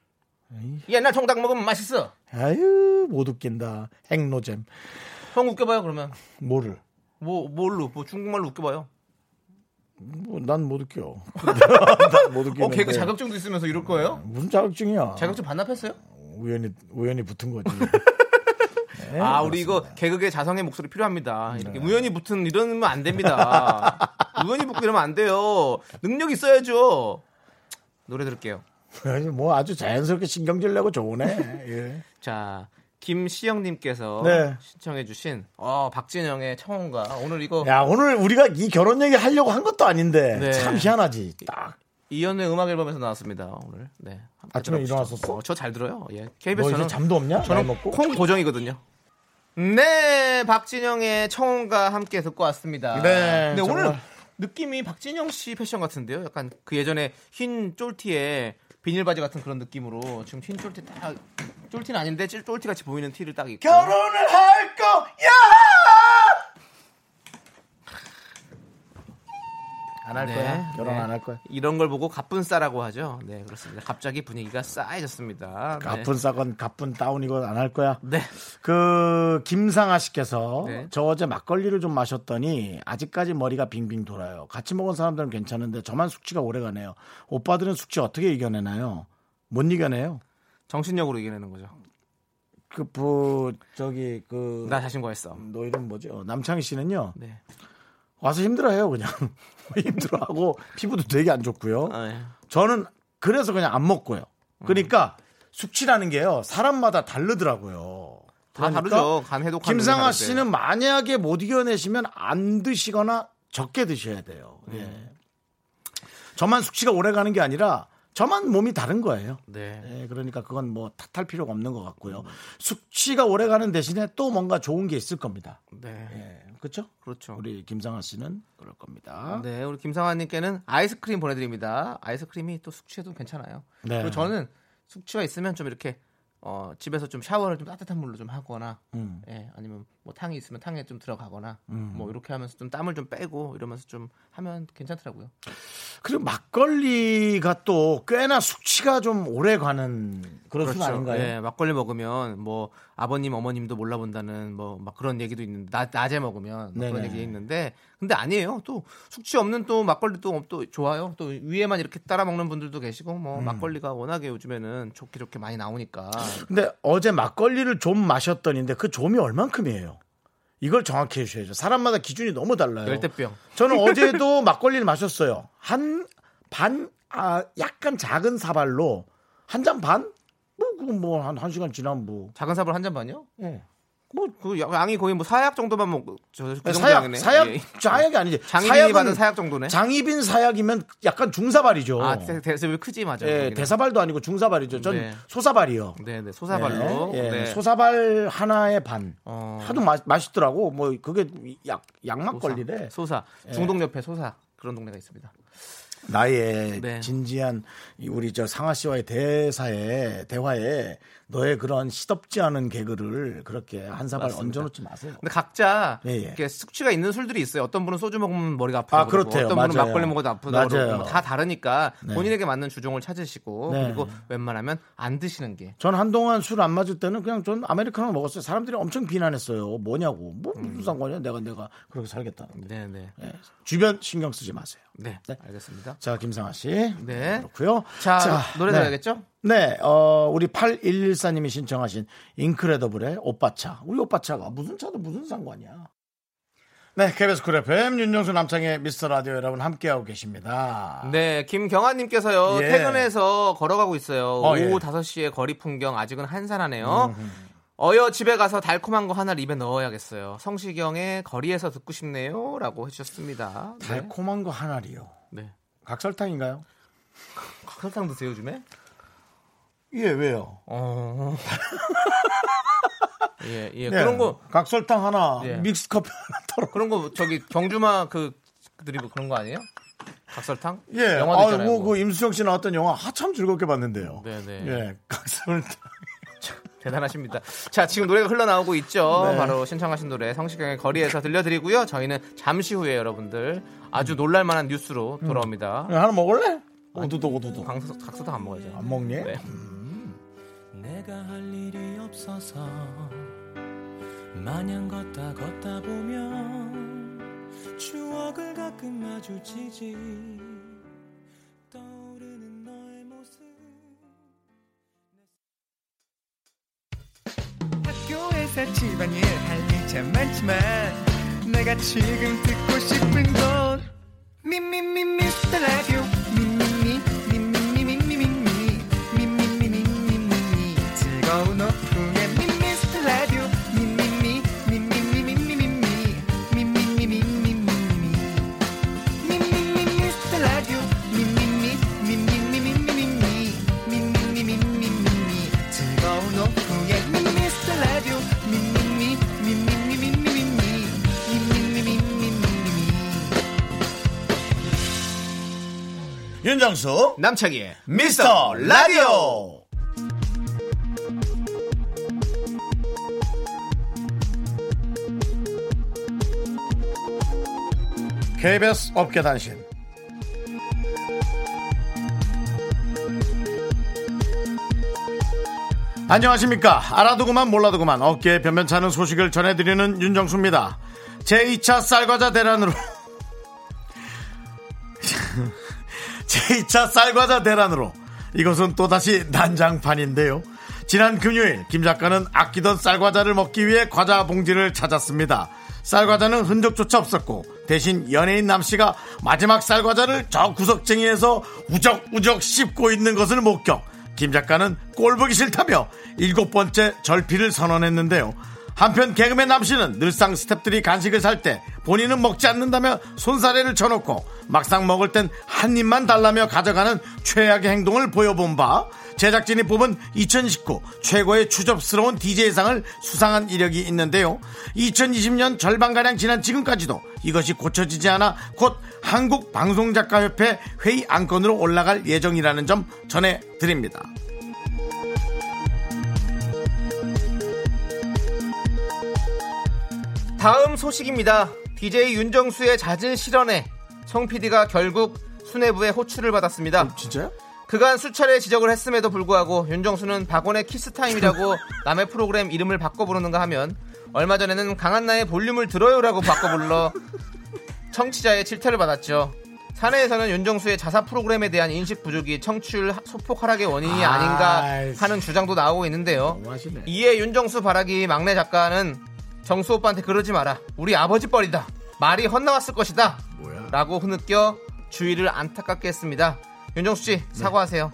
S2: 옛날 통닭 먹으면 맛있어.
S1: 아유 못 웃긴다. 행노잼
S2: 형 웃겨봐요 그러면.
S1: 뭐를?
S2: 뭐 뭘로? 뭐 중국말로 웃겨봐요.
S1: 뭐, 난 못 웃겨. 난못 웃기는데.
S2: 어 개그 자격증도 있으면서 이럴 거예요?
S1: 무슨 자격증이야?
S2: 자격증 반납했어요?
S1: 우연히 우연히 붙은 거지. 네,
S2: 아
S1: 그렇습니다.
S2: 우리
S1: 네.
S2: 이거 개그계 자성의 목소리 필요합니다. 이렇게 우연히 붙은 이러면 안 됩니다. 우연히 붙고 이러면 안 돼요. 능력 있어야죠. 노래 들을게요.
S1: 아니, 뭐 아주 자연스럽게 신경질 내고 좋으네. 예.
S2: 자 김시영님께서
S1: 네.
S2: 신청해주신 어 박진영의 청혼가 오늘 이거
S1: 야 오늘 우리가 이 결혼 얘기 하려고 한 것도 아닌데
S2: 어. 네.
S1: 참 희한하지. 딱
S2: 이연의 음악 앨범에서 나왔습니다. 오늘 네. 함께
S1: 아침에
S2: 들어보시죠.
S1: 일어났었어?
S2: 어, 저잘 들어요. 예.
S1: 너
S2: KBS
S1: 이제
S2: 저는
S1: 잠도 없냐?
S2: 저는
S1: 나이 먹고.
S2: 콩 고정이거든요. 네, 박진영의 청혼과 함께 듣고 왔습니다.
S1: 네,
S2: 근데
S1: 정말.
S2: 오늘 느낌이 박진영 씨 패션 같은데요. 약간 그 예전에 흰 쫄티에 비닐 바지 같은 그런 느낌으로 지금 흰 쫄티 딱 쫄티는 아닌데 찔- 쫄티 같이 보이는 티를 딱 입고
S1: 결혼을 할 거야. 안 할
S2: 네,
S1: 거야. 결혼
S2: 네.
S1: 안 할 거야.
S2: 이런 걸 보고 갑분싸라고 하죠. 네, 그렇습니다. 갑자기 분위기가 싸해졌습니다. 네.
S1: 가쁜 싸건 가쁜 다운이건 안 할 거야.
S2: 네.
S1: 그 김상아 씨께서
S2: 네.
S1: 저 어제 막걸리를 좀 마셨더니 아직까지 머리가 빙빙 돌아요. 같이 먹은 사람들은 괜찮은데 저만 숙취가 오래 가네요. 오빠들은 숙취 어떻게 이겨내나요? 못 이겨내요.
S2: 정신력으로 이겨내는 거죠.
S1: 그부 저기 그
S2: 나 자신과 했어.
S1: 너 이름 뭐죠? 남창희 씨는요.
S2: 네.
S1: 와서 힘들어요, 그냥. 힘들어하고 피부도 되게 안 좋고요.
S2: 아, 음. 예.
S1: 저는 그래서 그냥 안 먹고요. 그러니까 숙취라는 게요. 사람마다 다르더라고요.
S2: 다
S1: 그러니까
S2: 다르죠. 간 해독하는
S1: 김상아
S2: 분이 다른데.
S1: 씨는 만약에 못 이겨내시면 안 드시거나 적게 드셔야 돼요.
S2: 음.
S1: 예. 저만 숙취가 오래 가는 게 아니라 저만 몸이 다른 거예요.
S2: 네.
S1: 예, 그러니까 그건 뭐 탓할 필요가 없는 것 같고요.
S2: 음.
S1: 숙취가 오래 가는 대신에 또 뭔가 좋은 게 있을 겁니다.
S2: 네.
S1: 예, 그렇죠?
S2: 그렇죠.
S1: 우리 아? 김상아 씨는 그럴 겁니다.
S2: 네, 우리 김상환님께는 아이스크림 보내드립니다. 아이스크림이 또 숙취에도 괜찮아요.
S1: 네.
S2: 그리고 저는 숙취가 있으면 좀 이렇게 어, 집에서 좀 샤워를 좀 따뜻한 물로 좀 하거나,
S1: 음.
S2: 예, 아니면 뭐 탕이 있으면 탕에 좀 들어가거나, 뭐 이렇게 하면서 좀 땀을 좀 빼고 이러면서 좀 하면 괜찮더라고요.
S1: 그리고 막걸리가 또 꽤나 숙취가 좀 오래 가는 그렇죠. 그런 술 아닌가요?
S2: 예, 막걸리 먹으면 뭐 아버님 어머님도 몰라본다는 뭐 막 그런 얘기도 있는데 낮, 낮에 먹으면 막 그런
S1: 네네.
S2: 얘기 있는데 근데 아니에요. 또 숙취 없는 또 막걸리도 또 좋아요. 또 위에만 이렇게 따라 먹는 분들도 계시고 뭐
S1: 음.
S2: 막걸리가 워낙에 요즘에는 좋게 좋게 많이 나오니까
S1: 근데 어제 막걸리를 좀 마셨더니인데 그 좀이 얼만큼이에요? 이걸 정확히 해주셔야죠. 사람마다 기준이 너무 달라요.
S2: 열대병.
S1: 저는 어제도 막걸리를 마셨어요. 한 반, 아, 약간 작은 사발로 한 잔 반? 뭐, 그건 뭐, 한, 한 시간 지난 뭐.
S2: 작은 사발 한 잔 반이요?
S1: 예.
S2: 뭐그 양이 거의 뭐 사약 정도만 먹. 저그 정도
S1: 사약,
S2: 양이네.
S1: 사약,
S2: 예.
S1: 사약이 아니지.
S2: 장인이
S1: 사약은
S2: 받은 사약 정도네.
S1: 장입인 사약이면 약간 중사발이죠.
S2: 아, 대- 대사발 크지 맞아.
S1: 예,
S2: 거기는.
S1: 대사발도 아니고 중사발이죠. 전
S2: 네.
S1: 소사발이요.
S2: 네, 네. 소사발로.
S1: 예, 예,
S2: 네.
S1: 소사발 하나에 반.
S2: 어.
S1: 하도 마, 맛있더라고. 뭐 그게 약 약막걸리래. 예.
S2: 소사. 소사. 중동 옆에 소사 그런 동네가 있습니다.
S1: 나의
S2: 네.
S1: 진지한 이 우리 저 상아 씨와의 대사에 대화에 너의 그런 시덥지 않은 개그를 그렇게 한 사발 얹어놓지 마세요.
S2: 근데 각자
S1: 예, 예.
S2: 이렇게 숙취가 있는 술들이 있어요. 어떤 분은 소주 먹으면 머리가 아프다
S1: 아,
S2: 그러고,
S1: 그렇대요.
S2: 어떤 분은
S1: 맞아요.
S2: 막걸리 먹어도 아프다
S1: 맞아요.
S2: 그러고 뭐 다 다르니까
S1: 네.
S2: 본인에게 맞는 주종을 찾으시고
S1: 네.
S2: 그리고 웬만하면 안 드시는 게
S1: 전 한동안 술 안 맞을 때는 그냥 전 아메리카노 먹었어요. 사람들이 엄청 비난했어요. 뭐냐고. 뭐 무슨
S2: 음.
S1: 상관이야? 내가 내가 그렇게 살겠다는데. 예.
S2: 네네 네.
S1: 주변 신경 쓰지 마세요. 네.
S2: 알겠습니다.
S1: 자, 김상아 씨.
S2: 네.
S1: 그렇고요.
S2: 자, 노래
S1: 네.
S2: 들어야겠죠?
S1: 네, 어, 우리 8114님이 신청하신 인크레더블의 오빠차. 우리 오빠차가 무슨 차도 무슨 상관이야. 네, KBS 쿨 FM 윤정수 남창의 미스터 라디오 여러분 함께하고 계십니다.
S2: 네, 김경아님께서요
S1: 예.
S2: 퇴근해서 걸어가고 있어요. 음,
S1: 어, 예.
S2: 오후 5시에 거리 풍경 아직은 한산하네요. 어여 집에 가서 달콤한 거 하나를 입에 넣어야겠어요. 성시경의 거리에서 듣고 싶네요라고 해주셨습니다. 네.
S1: 달콤한 거 하나리요.
S2: 네.
S1: 각설탕인가요?
S2: 설탕 드세요 요즘에?
S1: 예, 왜요?
S2: 어. 예, 예. 그런 거
S1: 각설탕 하나,
S2: 예.
S1: 믹스 커피 하나 털어.
S2: 그런 거 저기 경주마 그 드리브 그런 거 아니에요? 각설탕?
S1: 예,
S2: 영화도
S1: 아,
S2: 있잖아요.
S1: 뭐,
S2: 그거.
S1: 그 임수정 씨 나왔던 영화 하참 즐겁게 봤는데요.
S2: 네네.
S1: 예, 각설탕.
S2: 대단하십니다. 자, 지금 노래가 흘러나오고 있죠.
S1: 네.
S2: 바로 신청하신 노래 성시경의 거리에서 들려드리고요. 저희는 잠시 후에 여러분들 아주 놀랄 만한 뉴스로 돌아옵니다.
S1: 하나 먹을래? 오두독, 오두독. 음.
S2: 광석 각서도 안 먹어야죠.
S1: 안 먹니?
S2: 네.
S5: 내가 할 일이 없어서 마냥 걷다 걷다 보면 추억을 가끔 마주치지 떠오르는 너의 모습
S6: 학교에서 집안일 할 일 참 많지만 내가 지금 듣고 싶은 건 미미미 미스터 라디오 미미미 미미미 미미미 미미미 미미미 즐거운 오후에 미스터 라디오 미미미 미미미 미미미 미미미 미미미 미미미 미스터 라디오 미미미 미미미 미미미 미미미 미미미 즐거운 오후에 미스터 라디오 미미미 미미미 미미미 미미미 미미미
S1: 윤정수
S2: 남창희의
S1: 미스터 라디오 KBS 업계 단신 안녕하십니까. 알아두고만 몰라도고만 어깨에 변변찮은 소식을 전해드리는 윤정수입니다. 제2차 쌀과자 대란으로 제2차 쌀과자 대란으로 이것은 또다시 난장판인데요. 지난 금요일 김 작가는 아끼던 쌀과자를 먹기 위해 과자 봉지를 찾았습니다. 쌀과자는 흔적조차 없었고 대신 연예인 남씨가 마지막 쌀과자를 저 구석쟁이에서 우적우적 씹고 있는 것을 목격. 김 작가는 꼴보기 싫다며 일곱 번째 절필을 선언했는데요. 한편 개그맨 남씨는 늘상 스탭들이 간식을 살 때 본인은 먹지 않는다며 손사래를 쳐놓고 막상 먹을 땐 한 입만 달라며 가져가는 최악의 행동을 보여본 바 제작진이 뽑은 2019 최고의 추접스러운 DJ상을 수상한 이력이 있는데요. 2020년 절반가량 지난 지금까지도 이것이 고쳐지지 않아 곧 한국방송작가협회 회의 안건으로 올라갈 예정이라는 점 전해드립니다.
S2: 다음 소식입니다. DJ 윤정수의 자질 실현에 송 PD가 결국 수뇌부의 호출을 받았습니다.
S1: 진짜요?
S2: 그간 수차례 지적을 했음에도 불구하고 윤정수는 박원의 키스타임이라고 남의 프로그램 이름을 바꿔 부르는가 하면 얼마 전에는 강한나의 볼륨을 들어요라고 바꿔 불러 청취자의 질타를 받았죠. 사내에서는 윤정수의 자사 프로그램에 대한 인식 부족이 청취율 소폭 하락의 원인이 아닌가
S1: 아이,
S2: 하는 주장도 나오고 있는데요.
S1: 너무하시네.
S2: 이에 윤정수 바라기 막내 작가는 정수 오빠한테 그러지 마라. 우리 아버지 뻘이다. 말이 헛나왔을 것이다.
S1: 뭐야?
S2: 라고 흐느껴 주의를 안타깝게 했습니다. 윤정수 씨 사과하세요.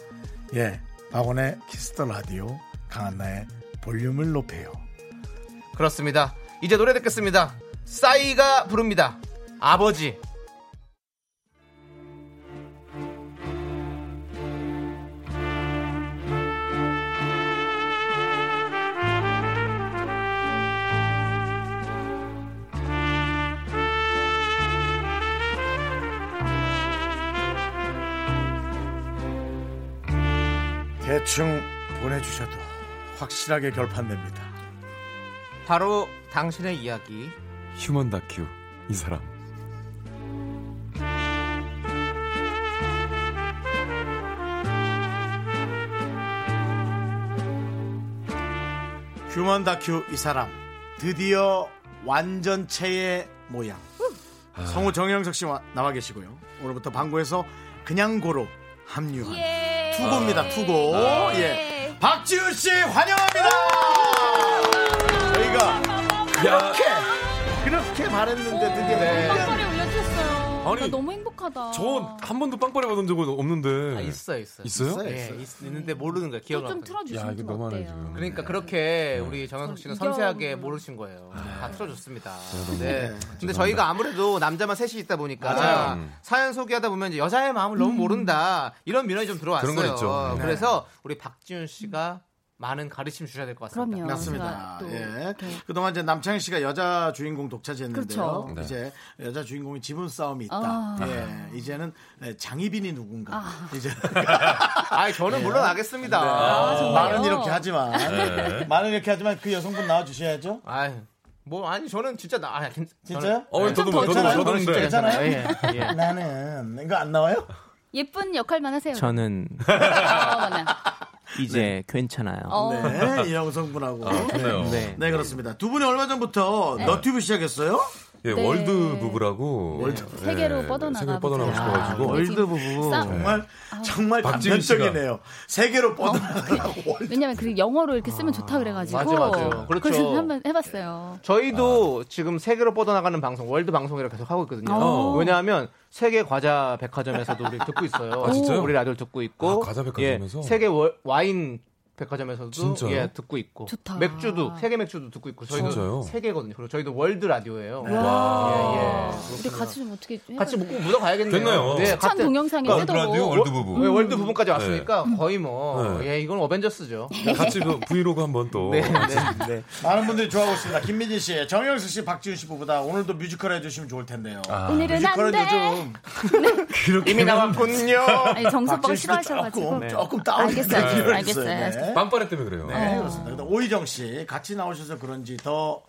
S1: 예, 박원의 키스터 라디오 강한나의 볼륨을 높여요.
S2: 그렇습니다. 이제 노래 듣겠습니다. 싸이가 부릅니다. 아버지.
S1: 대충 보내주셔도 확실하게 결판됩니다.
S2: 바로 당신의 이야기.
S7: 휴먼 다큐 이 사람
S1: 휴먼 다큐 이 사람 드디어 완전체의 모양. 성우 정영석 씨 와- 나와 계시고요. 오늘부터 방구에서 그냥 고로 합류한 투고입니다. 투고. 예. 박지훈 씨 환영합니다. 저희가 그렇게 그렇게 바랬는데 드디어
S4: 빵빠레 올려주셨어요.
S7: 아니,
S4: 나 너무 행복하다.
S7: 저 한 번도 빵빠레 받은 적은 없는데
S2: 아, 있어 있어.
S7: 있어요?
S1: 있어요?
S2: 예, 있- 있는데 모르는 거야. 기억
S4: 좀,
S2: 안
S4: 좀
S2: 나.
S7: 야
S4: 틀어주시면
S7: 이거
S4: 좀
S7: 너무하네 네. 아.
S4: 어때요?
S7: 지금
S2: 그러니까 그렇게 우리 정현석 씨는
S4: 저는
S2: 섬세하게
S4: 이겨요.
S2: 모르신 거예요. 다 틀어줬습니다. 네. 근데 저희가 아무래도 남자만 셋이 있다 보니까
S1: 맞아요.
S2: 음. 사연 소개하다 보면 이제 여자의 마음을 너무 모른다 이런 민원이 좀 들어왔어요.
S7: 그런 건 있죠. 네.
S2: 그래서 우리 박지훈 씨가 많은 가르침 주셔야 될 것 같습니다.
S4: 그럼요.
S1: 맞습니다.
S4: 제가 또
S1: 예.
S4: 이렇게
S1: 그동안 이제 남창희 씨가 여자 주인공 독차지했는데요.
S4: 그렇죠.
S7: 네.
S1: 이제 여자 주인공이 지분 싸움이 있다.
S4: 아.
S1: 예. 이제는 장희빈이 누군가. 이제
S2: 아,
S7: 네.
S2: 저는 물론 알겠습니다.
S4: 아, 정말요?
S1: 말은 이렇게 하지만
S7: 네.
S1: 말은 이렇게 하지만 그 여성분 나와 주셔야죠.
S2: 아, 뭐 아니 저는 진짜 나 아, 괜-
S1: 진짜요?
S7: 어, 저도 저도
S1: 괜찮아요?
S7: 저도
S1: 진짜
S7: 근데
S1: 괜찮아요?
S2: 저는- 예, 예.
S1: 나는 이거 안 나와요?
S4: 예쁜 역할만 하세요.
S5: 저는
S4: 아, 맞네.
S2: 이제 괜찮아요.
S4: 어.
S1: 네, 이라고 성분하고.
S7: 아, 좋네요.
S2: 네.
S1: 네, 그렇습니다. 두 분이 얼마 전부터 너튜브 시작했어요?
S7: 예,
S4: 네.
S7: 월드 부부라고. 월드
S4: 세계로 뻗어나가 보자.
S7: 세계로 뻗어나고 싶어가지고.
S4: 아,
S2: 월드 부부.
S4: 싸-
S1: 정말, 정말
S7: 네. 박지윤 씨가.
S1: 단편적이네요. 세계로 뻗어나가고.
S4: 왜냐면 그 영어로 이렇게 쓰면 좋다 그래가지고.
S2: 맞아, 맞아. 그렇죠.
S4: 그래서 한번 해봤어요.
S2: 저희도 지금 세계로 뻗어나가는 방송 월드 방송이라 계속 하고 있거든요.
S4: 어.
S2: 왜냐하면 세계 과자 백화점에서도 우리 듣고 있어요.
S7: 아, 진짜요?
S2: 우리 라디오 듣고 있고
S7: 아, 과자 백화점에서?
S2: 예, 세계 월- 와인 백화점에서도
S7: 진짜요?
S2: 예 듣고 있고
S4: 좋다.
S2: 맥주도 세계 맥주도 듣고 있고 저희도
S7: 진짜요?
S2: 세계거든요. 그리고 저희도 월드 라디오예요.
S4: 와.
S2: 예, 예.
S4: 우리 같이 좀 어떻게 해봐요.
S2: 같이 먹고 묻어 가야겠네요.
S7: 됐나요?
S2: 네,
S4: 추천
S2: 같은-
S4: 동영상에
S7: 월드 라디오
S4: 뜨도록.
S7: 월드 부부.
S2: 예, 월드 부분까지 왔으니까 거의 뭐
S7: 네.
S2: 예, 이건 어벤져스죠.
S7: 같이 그 브이로그 한번 또.
S2: 네, 네.
S1: 네. 많은 분들이 좋아하고 있습니다. 김민진 씨, 정영수 씨, 박지윤 씨보다 오늘도 뮤지컬 해주시면 좋을 텐데요.
S7: 아.
S4: 오늘은 안
S1: 뮤지컬은
S4: 돼.
S1: 요즘
S2: 이미 나왔군요.
S4: 아니 정수빠가
S1: 박지윤 씨가
S4: 싫어하셔가지고.
S7: 네.
S1: 조금, 조금 다운이
S4: 알겠어요.
S1: 되는 기류가
S4: 알겠어요.
S1: 있어요. 네.
S7: 빰빠레 때문에 그래요.
S1: 네, 그렇습니다. 근데 오희정 씨 같이 나오셔서 그런지 더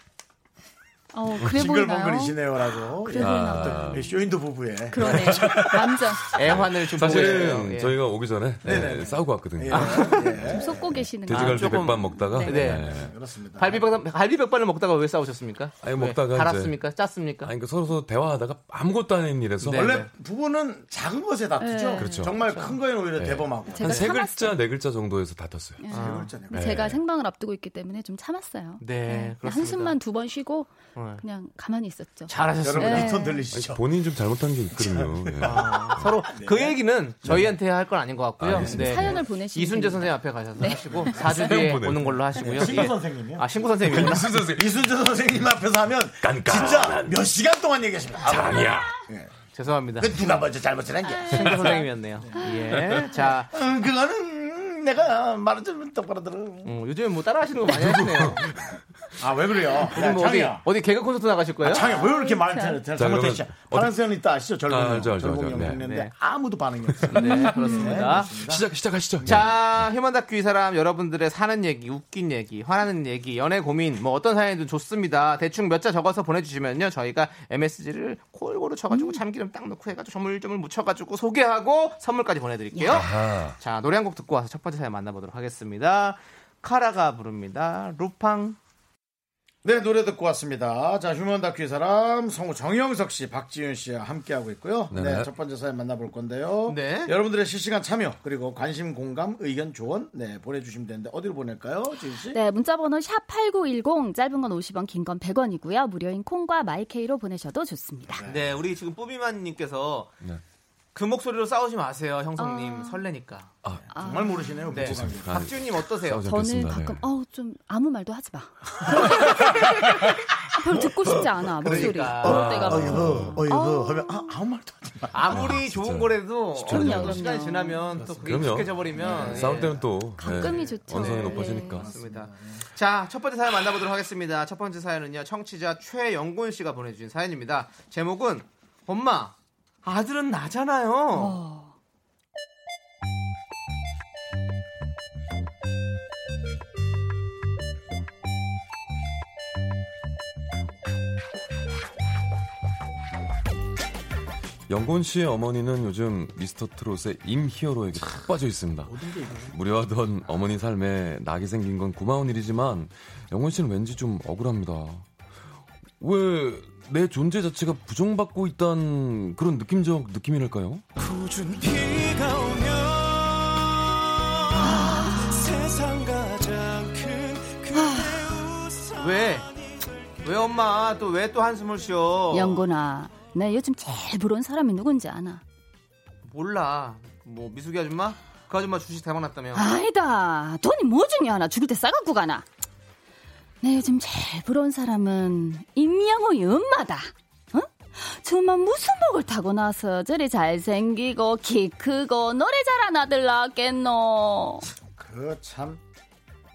S4: 어, 그래 보이나요?
S1: 징글벙글이시네요라고
S4: 그래
S2: 아.
S4: 보이나
S7: 아.
S4: 봐요.
S1: 예, 쇼윈도 부부의
S4: 그러네. 완전
S2: 애환을 좀 보여요.
S7: 사실은
S2: 예.
S7: 저희가 오기 전에 네, 싸우고 왔거든요.
S1: 예, 예,
S4: 속고 계시는 거.
S7: 돼지갈비
S2: 조금-
S7: 백반 먹다가.
S4: 네.
S2: 네.
S1: 그렇습니다.
S2: 갈비백반 갈비백반을 먹다가 왜 싸우셨습니까?
S7: 아니,
S2: 왜?
S7: 먹다가
S2: 갈았습니까? 짰습니까?
S7: 아니, 그 서로 서로 대화하다가 아무것도 아닌 일에서.
S2: 네,
S1: 원래
S2: 네.
S1: 부부는 작은 것에 다투죠.
S4: 네.
S7: 그렇죠.
S1: 정말 큰 거에는 오히려 대범하고.
S4: 제가
S7: 한 세
S4: 참았어요.
S7: 글자, 네 글자 정도에서 다퉜어요.
S1: 세 글자네요.
S4: 근데 제가 생방을 앞두고 있기 때문에 좀 참았어요.
S2: 네,
S4: 그냥
S2: 그렇습니다.
S4: 한숨만 두 번 쉬고
S2: 네.
S4: 그냥 가만히 있었죠.
S2: 잘하셨습니다.
S1: 여러분
S4: 네.
S1: 이손
S7: 아니,
S1: 들리시죠?
S7: 본인이 좀 잘못한 게 있거든요. 예.
S2: 서로 그 얘기는 저희한테 할 건 아닌 것 같고요.
S7: 네. 알겠습니다.
S2: 네.
S4: 사연을 네. 보내시면
S2: 이순재
S4: 됩니다.
S2: 선생님 앞에 가셔서 하시고 4주 뒤에
S7: 보내요.
S2: 오는 걸로 하시고요.
S1: 신구
S2: 예.
S1: 선생님이요?
S2: 아 신구 선생님이요.
S7: 무슨 선생
S1: 이순재 선생님 앞에서 하면 진짜 몇 시간 동안 얘기하십니다. 아,
S7: 아니야.
S2: 죄송합니다.
S1: 그 누가 먼저 잘못이란 게.
S2: 신구 선생님이었네요. 예. 자
S1: 음, 그거는 내가 말하자면 똑바로 들어.
S2: 음, 요즘 뭐 따라하시는 거 많이 하시네요.
S1: 아 왜 그래요?
S2: 요즘
S1: 야,
S2: 뭐 어디
S1: 창이야.
S2: 어디 개그 콘서트 나가실
S7: 아,
S2: 거예요?
S1: 창이 왜 이렇게 많이
S7: 자, 그러면
S1: 잘못했지?
S7: 어디-
S1: 파란색은 있다 아시죠?
S7: 아,
S1: 절공령
S7: 알죠, 알죠,
S1: 절공령
S7: 알죠. 네.
S1: 했는데
S2: 네.
S1: 아무도 반응이 없어요.
S2: 네 그렇습니다.
S7: 시작 시작하시죠.
S2: 네. 자, 휴먼 다큐 이 사람 여러분들의 사는 얘기, 웃긴 얘기, 화나는 얘기, 연애 고민, 뭐 어떤 사연이든 좋습니다. 대충 몇 자 적어서 보내주시면요. 저희가 MSG를 골고루 쳐가지고 참기름 딱 넣고 해가지고 조물조물 묻혀가지고 소개하고 선물까지 보내드릴게요. 자, 노래 한 곡 듣고 와서 첫 번째 사연 만나보도록 하겠습니다. 카라가 부릅니다. 루팡.
S1: 네 노래 듣고 왔습니다. 자 휴먼 다큐 의 사람 성우 정영석 씨, 박지윤 씨와 함께 하고 있고요.
S7: 네네.
S1: 네 첫 번째 사연 만나볼 건데요.
S2: 네.
S1: 여러분들의 실시간 참여 그리고 관심, 공감, 의견, 조언 네 보내주시면 되는데 어디로 보낼까요, 지윤 씨?
S4: 네, 문자번호 샵8910 짧은 건 50원, 긴 건 100원이고요. 무료인 콩과 마이케이로 보내셔도 좋습니다.
S2: 네, 우리 지금 뽀비만님께서 그 목소리로 싸우지 마세요, 형성님. 설레니까.
S1: 정말 모르시네요.
S2: 네.
S1: 무조건.
S2: 박지훈님 어떠세요?
S4: 저는 가끔
S2: 네.
S4: 어우 좀 아무 말도 하지 마. 별로 듣고 싶지 않아 목소리.
S2: 그러니까.
S4: 그럴 때가
S1: 어, 이거 어 이거 하면 아, 아무 말도 하지 마.
S2: 아무리 좋은 거래도 어느
S4: 않아요.
S2: 정도 시간이
S4: 그럼요.
S2: 지나면 또 그게
S7: 그럼요.
S2: 익숙해져 버리면 예,
S7: 싸울 때는 또
S4: 가끔이
S7: 예,
S4: 좋죠.
S7: 언성이
S4: 네.
S7: 높아지니까.
S2: 맞습니다. 자, 첫 번째 사연 만나보도록 하겠습니다. 첫 번째 사연은요, 청취자 최영곤 씨가 보내주신 사연입니다. 제목은 엄마 아들은 나잖아요.
S4: 어.
S7: 영곤 씨의 어머니는 요즘 미스터 트롯의 아, 임히어로에게 푹 빠져 있습니다. 무료하던 어머니 삶에 낙이 생긴 건 고마운 일이지만 영곤 씨는 왠지 좀 억울합니다. 왜 내 존재 자체가 부정받고 있다는 그런 느낌적 느낌이랄까요?
S5: 꾸준 비가 오면 세상 가장 큰 그대 웃음
S2: 왜? 왜 엄마 또 왜 또 한숨을 쉬어?
S4: 영곤아, 나 네, 요즘 제일 부러운 사람이 누군지 아나?
S2: 몰라. 뭐 미숙이 아줌마? 그 아줌마 주식 대박 났다며.
S4: 아니다. 돈이 뭐 중요하나? 죽을 때 싸갖고 가나? 내 요즘 제일 부러운 사람은 임양호의 엄마다. 어? 정말 무슨 목을 타고 나서 저리 잘생기고 키 크고 노래 잘하는 아들 낳았겠노.
S1: 그 참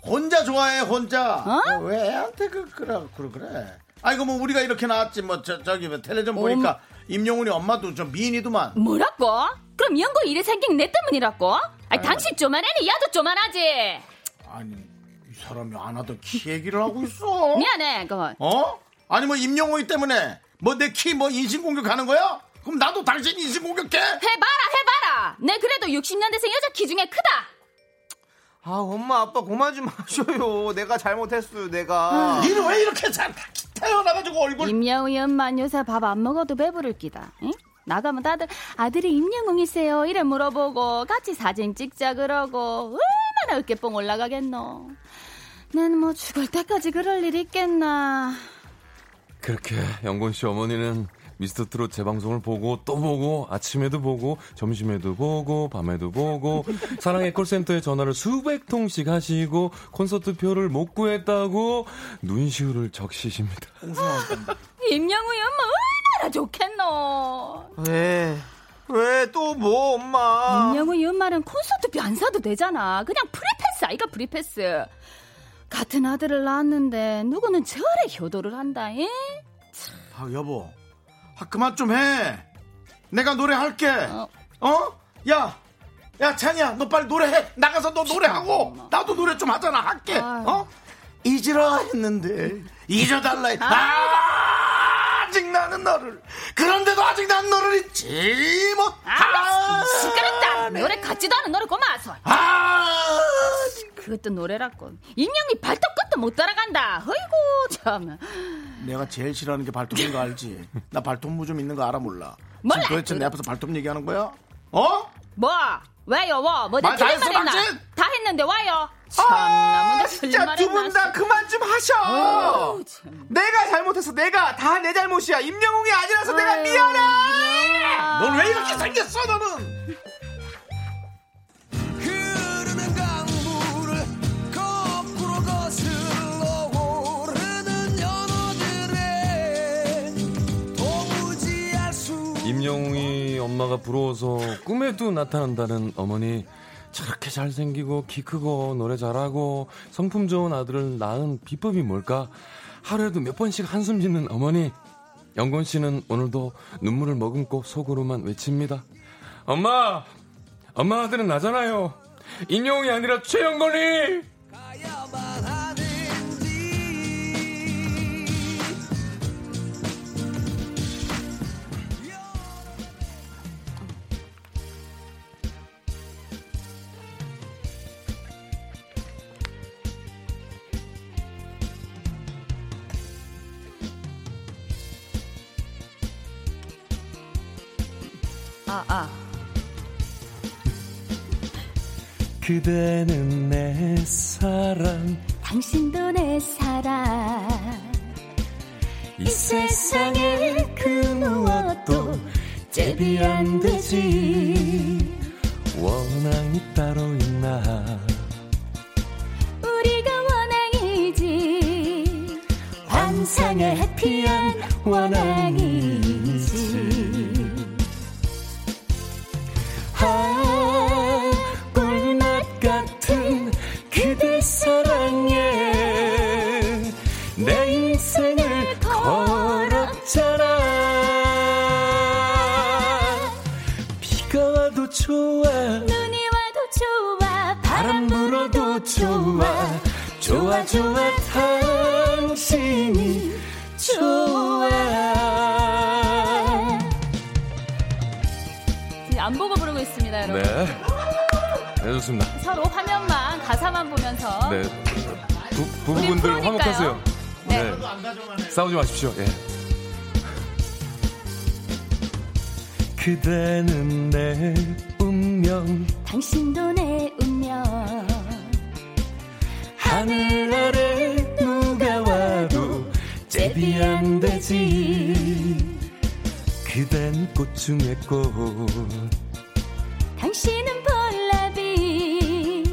S1: 혼자 좋아해 혼자 어, 왜 애한테 그 그래 그래 그래 아이고 뭐 우리가 이렇게 나왔지 뭐 저, 저기 뭐 텔레전 보니까 임영웅이 엄마도 좀 미인이더만
S4: 뭐라고? 그럼 연구 일이 생긴 내 때문이라고? 아니, 당신 쪼만하니 야도 쪼만하지.
S1: 아니 이 사람이 안 하던 키 얘기를 하고 있어
S4: 미안해. 그거
S1: 어 아니 뭐 임영웅이 때문에 뭐 내 키 뭐 인신공격 하는 거야 그럼 나도 당신 인신공격해
S4: 해봐라 해봐라. 내 그래도 60년대생 여자 키 중에 크다.
S2: 아 엄마 아빠 고마 좀 하셔요. 내가 잘못했어요.
S4: 아.
S2: 내가.
S1: 니는 왜 이렇게 잘 태어나가지고 얼굴
S4: 임영웅이 엄만 요새 밥 안 먹어도 배부를 끼다. 응? 나가면 다들 아들이 임영웅이세요 이래 물어보고 같이 사진 찍자 그러고 얼마나 으깨뽕 올라가겠노. 난 뭐 죽을 때까지 그럴 일 있겠나.
S7: 그렇게 영곤 씨 어머니는 미스터 트롯 재방송을 보고 또 보고 아침에도 보고 점심에도 보고 밤에도 보고 사랑의 콜센터에 전화를 수백 통씩 하시고 콘서트 표를 못 구했다고 눈시울을 적시십니다.
S4: 임영웅이 엄마 얼마나 좋겠노.
S2: 왜? 왜 또 뭐 엄마?
S4: 임영웅이 엄마는 콘서트표 안 사도 되잖아. 그냥 프리패스 아이가 프리패스. 같은 아들을 낳았는데 누구는 저래 효도를 한다. 잉?
S1: 아 여보 아, 그만 좀 해 내가 노래할게
S4: 어.
S1: 어? 야! 야 찬이야 너 빨리 노래해 나가서 너 노래하고 나도 노래 좀 하잖아 할게
S4: 아유.
S1: 어? 잊으라 했는데 잊어달라 했 아! 아직 나는 너를 그런데도 아직 난 너를 잊지
S4: 아,
S1: 못하
S4: 시끄럽다. 노래 같지도 않은 노래 고마워서.
S1: 아!
S4: 그것도 노래라고. 임영이 발톱 끝도 못 따라간다. 어이구 참.
S1: 내가 제일 싫어하는 게 발톱인 거 알지 나 발톱무 좀 있는 거 알아 몰라
S4: 몰라.
S1: 지금 도대체 내 앞에서 발톱 얘기하는 거야? 어?
S4: 뭐? 왜요? 뭐? 뭐?
S2: 아,
S1: 말
S4: 내가
S1: 다
S4: 틀린
S1: 했어,
S4: 말 했나?
S1: 당신?
S4: 다 했는데 와요. 참나,
S2: 아,
S4: 뭔가 틀린
S2: 진짜
S4: 말
S2: 두 분
S4: 했나?
S2: 다 그만 좀 하셔. 내가 잘못했어. 내가 다 내 잘못이야. 임영웅이 아니라서 내가 미안해.
S4: 아.
S7: 뭐?
S1: 넌 왜 이렇게 생겼어 너는
S5: 흐르는 강물을 거꾸로 거슬러 오르는 연어들의 도무지 알수
S7: 임영웅이 엄마가 부러워서 꿈에도 나타난다는 어머니 저렇게 잘생기고 키 크고 노래 잘하고 성품 좋은 아들을 낳은 비법이 뭘까 하루에도 몇 번씩 한숨 짓는 어머니 영건 씨는 오늘도 눈물을 머금고 속으로만 외칩니다 엄마 엄마 아들은 나잖아요 임영웅이 아니라 최영건이
S5: 가야만 하는지
S4: 아, 아.
S7: 그대는 내 사랑
S4: 당신도 내 사랑.
S7: 이 세상에 그 무엇도 제비 안 되지 원앙이 따로 있나
S4: 우리가 원앙이지.
S7: 환상의 해피한 원앙이지 아 꿀맛 같은 그대 사랑에 내 인생을 걸었잖아 비가 와도 좋아
S4: 눈이 와도 좋아.
S7: 바람 불어도 좋아 좋아 좋아 당신이 좋아
S4: 지금 안 보고 부르고 있습니다, 여러분.
S7: 네. 네 좋습니다
S4: 서로 화면만, 가사만 보면서.
S7: 네 부,
S4: 우리
S7: 부부분들
S4: 프로니까요.
S7: 화목하세요
S4: 네.
S7: 싸우지 마십시오 예. 그대는 내 운명
S4: 당신도 내 운명.
S7: 하늘 아래 누가 와도 제비 안 되지 그댄 꽃 중의 꽃
S4: 당신은 폴라비.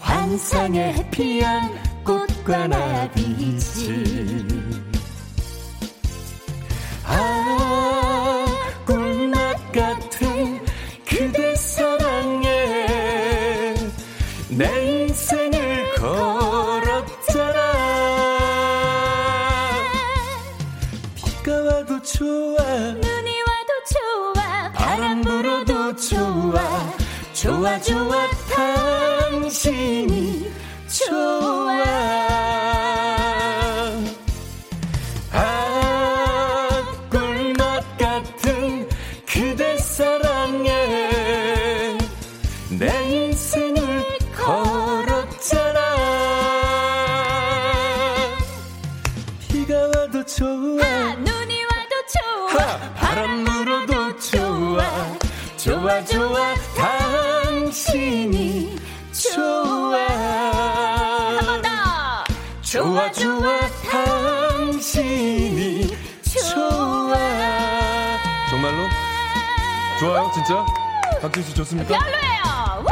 S7: 환상의 해피한 꽃과 나비지 아 꿀맛 같은 그대 사랑에 내 인생을 걸었잖아 비가 와도 좋아
S4: 눈이 와도 좋아.
S7: 바람 불어도 좋아 좋아 좋아 당신이 좋아 아 꿀맛 같은 그대 사랑에 내 인생을 걸어
S6: 비가 와도 좋아
S4: 아, 눈이 와도 좋아
S6: 바람 불어도 좋아 좋아 좋아 당신이 좋아
S4: 한번 더.
S6: 좋아 좋아 당신이 좋아
S7: 정말로? 좋아요, 진짜? 박진 씨 좋습니까?
S4: 별로예요. 우!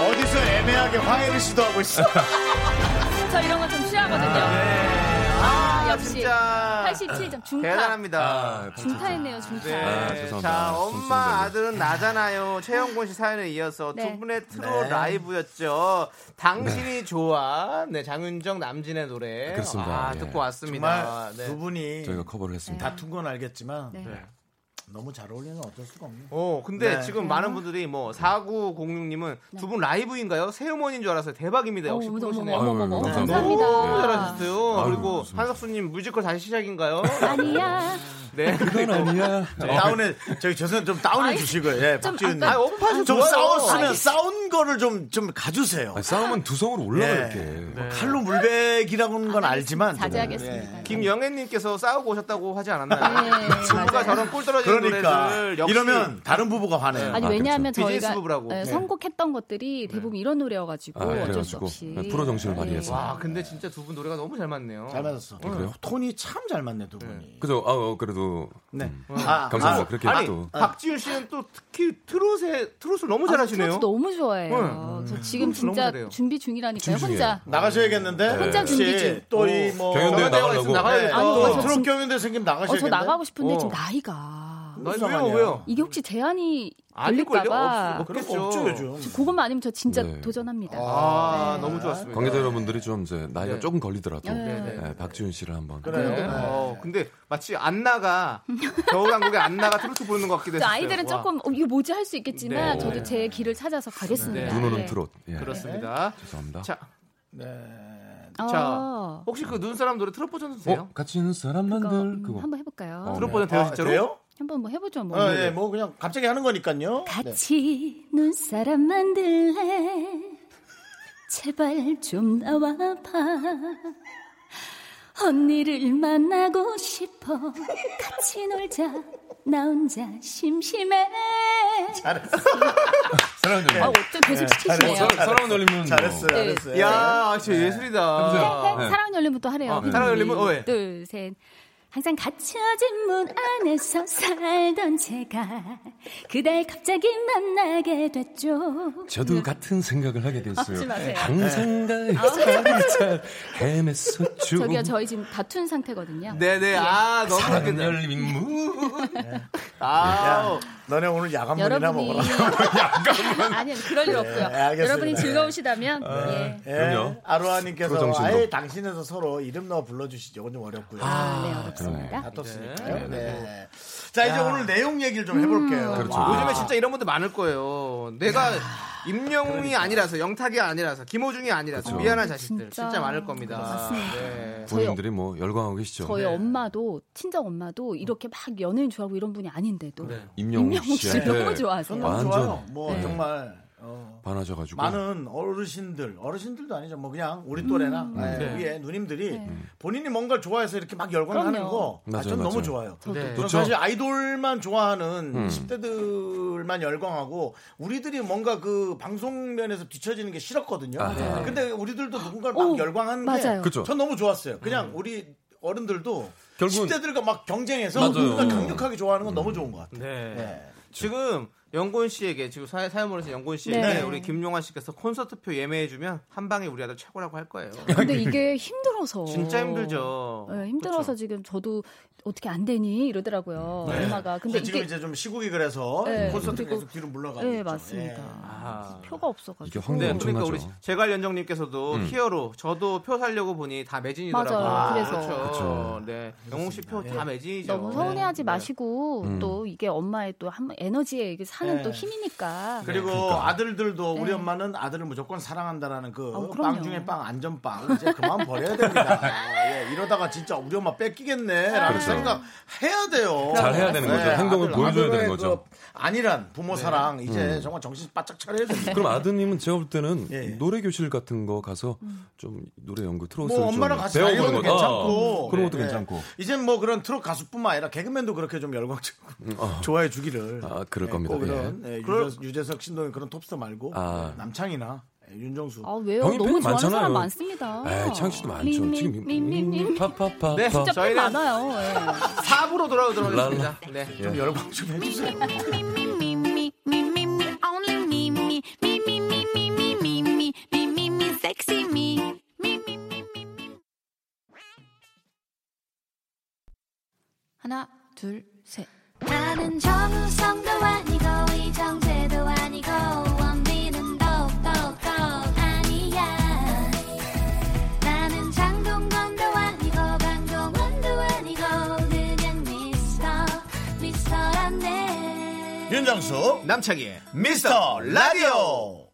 S7: 아유,
S1: 어디서 애매하게 화해를 시도하고 있어.
S4: 저 이런 거 좀 취하거든요.
S7: 네.
S4: 아, 역시. 87점 중타.
S2: 대단합니다.
S7: 아,
S4: 중타했네요, 중타.
S2: 네.
S7: 아, 죄송합니다.
S2: 자, 엄마
S7: 점수입니다,
S2: 아들은 나잖아요. 최영곤 씨 사연에 이어서
S4: 네.
S2: 두 분의 트로 라이브였죠. 당신이 좋아. 네, 장윤정 남진의 노래.
S7: 그렇습니다.
S2: 아,
S7: 예.
S2: 듣고 왔습니다.
S1: 정말
S2: 네.
S1: 두 분이
S7: 저희가 커버를 했습니다.
S1: 다툰 건 알겠지만
S4: 네.
S1: 네. 너무 잘 어울리는 어쩔 수가 없네.
S2: 어, 근데
S1: 네.
S2: 지금 많은 분들이 뭐 4906님은 두 분 라이브인가요? 새어머니인 줄 알았어요. 대박입니다. 역시
S4: 네. 어우, 너무,
S2: 프로시네요.
S4: 너무,
S7: 아유,
S4: 너무
S7: 감사합니다.
S4: 감사합니다. 네.
S2: 너무 잘하셨어요.
S7: 아유,
S2: 그리고
S7: 무슨-
S2: 한석수님 뮤지컬 다시 시작인가요?
S4: 아니야.
S2: 네.
S7: 그건 아니야.
S1: 다운해 저기 죄송 좀 다운해
S4: 아니,
S1: 주시고요. 예,
S4: 좀 뭐,
S1: 박지윤님
S2: 아,
S1: 좀
S2: 오빠도 좋아요.
S1: 싸웠으면
S4: 아니.
S1: 싸운 거를 좀 좀 가주세요.
S7: 아, 싸움은 두성으로 올라가
S1: 예.
S7: 이렇게.
S1: 뭐 칼로 물백이라는 건 알지만 좀,
S4: 아, 자제하겠습니다.
S1: 예.
S2: 김영애님께서 싸우고 오셨다고 네. 아, 하지 않았나요?
S4: 네,
S2: 친구가
S4: 맞아요.
S2: 저런 꿀 떨어지는
S1: 그러니까
S2: 노래들 역시
S1: 이러면 다른 부부가 화내요.
S4: 아니
S7: 아, 네.
S4: 왜냐하면
S2: 그렇죠.
S4: 저희가
S2: 비즈니스 부부라고.
S4: 예,
S2: 네.
S4: 선곡했던 것들이 대부분 이런 노래여가지고
S7: 아,
S4: 어쩔 수
S7: 그래가지고 네,
S4: 없이 네. 아,
S7: 프로 정신을 발휘해서.
S2: 와 근데 진짜 두 분 노래가 너무 잘 맞네요.
S1: 잘 맞았어.
S7: 그래요?
S1: 톤이 참 잘 맞네 두 분이.
S7: 그죠? 아, 어, 그래도
S1: 네. 아,
S7: 감사합니다.
S1: 아,
S2: 음.
S7: 그렇게
S2: 아니
S7: 또
S2: 박지윤 씨는 또 특히 트롯에 트롯을 너무
S4: 아,
S2: 잘하시네요.
S4: 트로트 너무 좋아해요. 저 지금
S2: 트로트 너무
S4: 진짜
S2: 잘해요.
S4: 준비 중이라니까요.
S7: 준비
S4: 혼자
S1: 나가셔야겠는데.
S4: 혼자 네. 준비 중.
S1: 또이뭐
S7: 네. 경연대회
S2: 경연대회가
S7: 나가려고.
S2: 있으면 나가야겠다.
S4: 아니,
S1: 또
S4: 저
S1: 네. 어, 트롯
S4: 진-
S1: 경연대 생기면
S4: 어, 저
S1: 나가셔야겠네.
S4: 나가고 싶은데
S2: 어.
S4: 지금 나이가
S2: 아니,
S1: 무슨
S2: 왜요
S1: 상관이에요?
S2: 왜요?
S4: 이게 혹시 대안이
S2: 아닐걸요?
S4: 걸릴까봐
S2: 없-
S1: 그런 거
S2: 없겠죠.
S1: 없죠 요즘.
S4: 그것만 아니면 저 진짜
S7: 네.
S4: 도전합니다.
S2: 아 너무 좋았습니다.
S7: 관계자 여러분들이 좀 이제 나이가
S2: 네.
S7: 조금 걸리더라도
S4: 네,
S7: 예, 박지윤 씨를 한번
S1: 그래요.
S2: 네.
S1: 네.
S2: 어, 근데 마치 안나가 겨울왕국의 안나가 트로트 부르는 것 같기도
S4: 저
S2: 했어요.
S4: 아이들은
S2: 네, 와,
S4: 조금 어, 이거 뭐지 할 수
S2: 네.
S4: 있겠지만 저도 제 길을 찾아서 가겠습니다.
S7: 눈 오는
S4: 예.
S7: 트롯. 예.
S2: 그렇습니다.
S4: 네.
S7: 죄송합니다.
S2: 자,
S4: 어,
S2: 자 혹시 그 눈사람 노래 트롯 버전도 돼요?
S7: 어, 같이 있는 사람만들
S4: 그거,
S7: 그거.
S4: 음, 한번 해볼까요?
S7: 어.
S2: 트롯 버전 돼요 진짜로?
S1: 아, 돼요?
S4: 한번 뭐 해보죠 뭐.
S2: 아,
S1: 어, 예, 뭐 그냥 갑자기 하는 거니까요. 네.
S4: 같이 눈사람 만들래 제발 좀 나와봐 언니를 만나고 싶어 같이 놀자 나 혼자 심심해
S7: 사랑
S4: 아 어쩜 계속 시키시네요
S7: 어, 사랑은 열리면
S1: 잘했어요.
S4: 네.
S1: 잘했어요.
S2: 야, 진짜
S1: 네.
S2: 예술이다.
S7: 아, 네.
S4: 사랑 열리면또 하래요
S2: 아,
S4: 피디님이.
S2: 사랑 열리면, 어, 예.
S4: 둘셋 항상 갇혀진 문 안에서 살던 제가 그댈 갑자기 만나게 됐죠
S7: 저도 같은 생각을 하게 됐어요.
S4: 네. 하지 마세요.
S7: 항상 가을 잘 헤맸었죠.
S4: 저기요 저희 지금 다툰 상태거든요
S2: 네네, 아 너무
S7: 사랑
S2: 웃긴다.
S7: 열린 문.
S2: 아,
S1: 너네 오늘 야간물이나
S4: 여러분이
S1: 먹어라.
S4: 아니 그럴 일 없고요.
S1: 알겠습니다.
S4: 여러분이 즐거우시다면 예.
S1: 예,
S7: 그럼요. 프로
S1: 아로아님께서
S7: 정신으로.
S1: 아예 당신에서 서로 이름 넣어 불러주시죠. 이건 좀 어렵고요.
S4: 아, 네, 어렵습니다.
S1: 다 떴으니까요. 네. 자 이제 오늘 내용 얘기를 좀 해볼게요.
S7: 그렇죠.
S1: 와.
S2: 요즘에 진짜 이런 분들 많을 거예요. 내가 임영웅이 아니라서 영탁이 아니라서 김호중이 아니라서
S7: 그러니까. 그렇죠.
S2: 미안한 자식들 진짜,
S4: 진짜
S2: 많을 겁니다. 네.
S7: 부모님들이 뭐 열광하고 계시죠.
S4: 어, 저희 엄마도 친정 엄마도 이렇게 막 연예인 좋아하고 이런 분이 아닌데도
S7: 임영웅
S4: 임영웅 씨
S7: 씨한테 네.
S4: 너무 좋아하세요.
S1: 너무
S7: 완전
S1: 좋아요. 뭐
S7: 네.
S1: 정말 어,
S7: 반하셔가지고
S1: 많은 어르신들, 어르신들도 아니죠. 뭐 그냥 우리 또래나 네. 위에 누님들이 본인이 뭔가를 좋아해서 이렇게 막 열광하는
S4: 그럼요.
S1: 거, 아,
S7: 맞아요,
S1: 전 너무
S7: 맞아요. 음.
S1: 좋아요.
S2: 네.
S1: 저는
S7: 좋죠.
S1: 사실 아이돌만 좋아하는 10대들만 열광하고 우리들이 뭔가 그 방송 면에서 뒤처지는 게 싫었거든요.
S7: 아하. 네.
S1: 근데 우리들도 누군가를 막
S4: 오,
S1: 열광하는
S4: 맞아요.
S1: 게
S7: 그쵸.
S1: 전 너무 좋았어요. 그냥 우리 어른들도
S7: 그렇죠. 음. 결국은-
S1: 10대들과 막 경쟁해서
S7: 맞아요. 음.
S1: 누군가 강력하게 좋아하는 건 너무 좋은 것 같아요.
S2: 네.
S1: 네.
S2: 지금 영곤 씨에게 지금 사연 사연 보내신 영곤 씨에게
S4: 네.
S2: 우리 김용환 씨께서 콘서트표 예매해주면 한 방에 우리 아들 최고라고 할 거예요.
S4: 근데
S7: 네.
S4: 이게 힘들어서
S2: 진짜 힘들죠. 그렇죠.
S4: 예, 힘들어서
S2: 그쵸?
S4: 지금 저도 어떻게 안 되니 이러더라고요 엄마가. 근데
S1: 근데 지금
S4: 이게
S1: 이제 좀 시국이 그래서
S4: 네,
S1: 콘서트
S4: 그리고-
S1: 계속 뒤로 물러가고
S4: 예
S1: 있죠.
S4: 맞습니다.
S1: 예.
S2: 아.
S4: 표가
S7: 이게
S4: 없어가지고
S7: 황-
S2: 네,
S7: 엄청나죠. 음.
S2: 그러니까 우리 재갈연정님께서도 히어로 저도 표 살려고 보니 다 매진이더라고요.
S4: 맞아요. 그래서.
S2: 그렇죠.
S7: 그쵸.
S2: 네, 영웅 씨 표 다 매진이죠.
S4: 너무 서운해하지
S2: 네.
S7: 음.
S4: 마시고 또 이게 엄마의 또 한 에너지에 이게 하는
S1: 네.
S4: 또 힘이니까.
S1: 그리고
S7: 그러니까.
S1: 아들들도 우리
S4: 네.
S1: 엄마는 아들을 무조건 사랑한다라는 그
S4: 어,
S1: 빵
S4: 그럼요.
S1: 중에 빵 안전빵 이제 그만 버려야 됩니다. 예, 이러다가 진짜 우리 엄마 뺏기겠네라는
S7: 그렇죠.
S1: 생각 해야 돼요. 네,
S7: 잘 해야 되는 거죠. 행동을 보여줘야
S1: 아들의
S7: 되는 거죠. 네. 음.
S1: 그 아니란 부모 사랑 이제 정말 정신 바짝 차려야 됩니다.
S7: 그럼 아드님은 제가 볼 때는
S1: 예, 예.
S7: 노래 교실 같은 거 가서 좀 노래 연구 트로트
S1: 뭐 엄마랑
S7: 좀
S1: 같이
S7: 배워보는
S1: 다녀도
S7: 것도
S1: 괜찮고
S7: 아, 그런 것도
S1: 네.
S7: 괜찮고
S1: 이젠 뭐 그런 트롯 가수뿐만 아니라 개그맨도 그렇게 좀 열광적으로 좋아해 주기를
S7: 음, 어. 아, 그럴
S1: 예,
S7: 겁니다.
S1: 꼭 이런 예, 유재석,
S2: 그럴-
S1: 유재석 신동엽 그런 톱스타 말고
S7: 아.
S1: 예, 남창이나 예, 윤정수
S4: 아 왜요?
S7: 형이
S4: 너무
S7: 팬이
S4: 좋아하는
S7: 많잖아요.
S4: 사람 많습니다.
S7: 에이 창 씨도 많죠
S4: 민, 민,
S7: 지금
S4: 민, 민, 민.
S7: 파파파
S2: 네,
S4: 진짜 팬
S2: 저희는-
S4: 많아요. 예.
S2: 4부로 네, 돌아오도록
S7: 랄라.
S2: 하겠습니다. 네.
S1: 좀 열광 좀 해주세요.
S4: 하나 둘 셋.
S6: 나는 정우성도 아니고 이정재도 아니고 원빈은 더욱더 아니야 나는 장동건도 아니고 강동원도 아니고 그냥 미스터 미스터란데
S1: 윤정수
S2: 남창희의
S1: 미스터 라디오.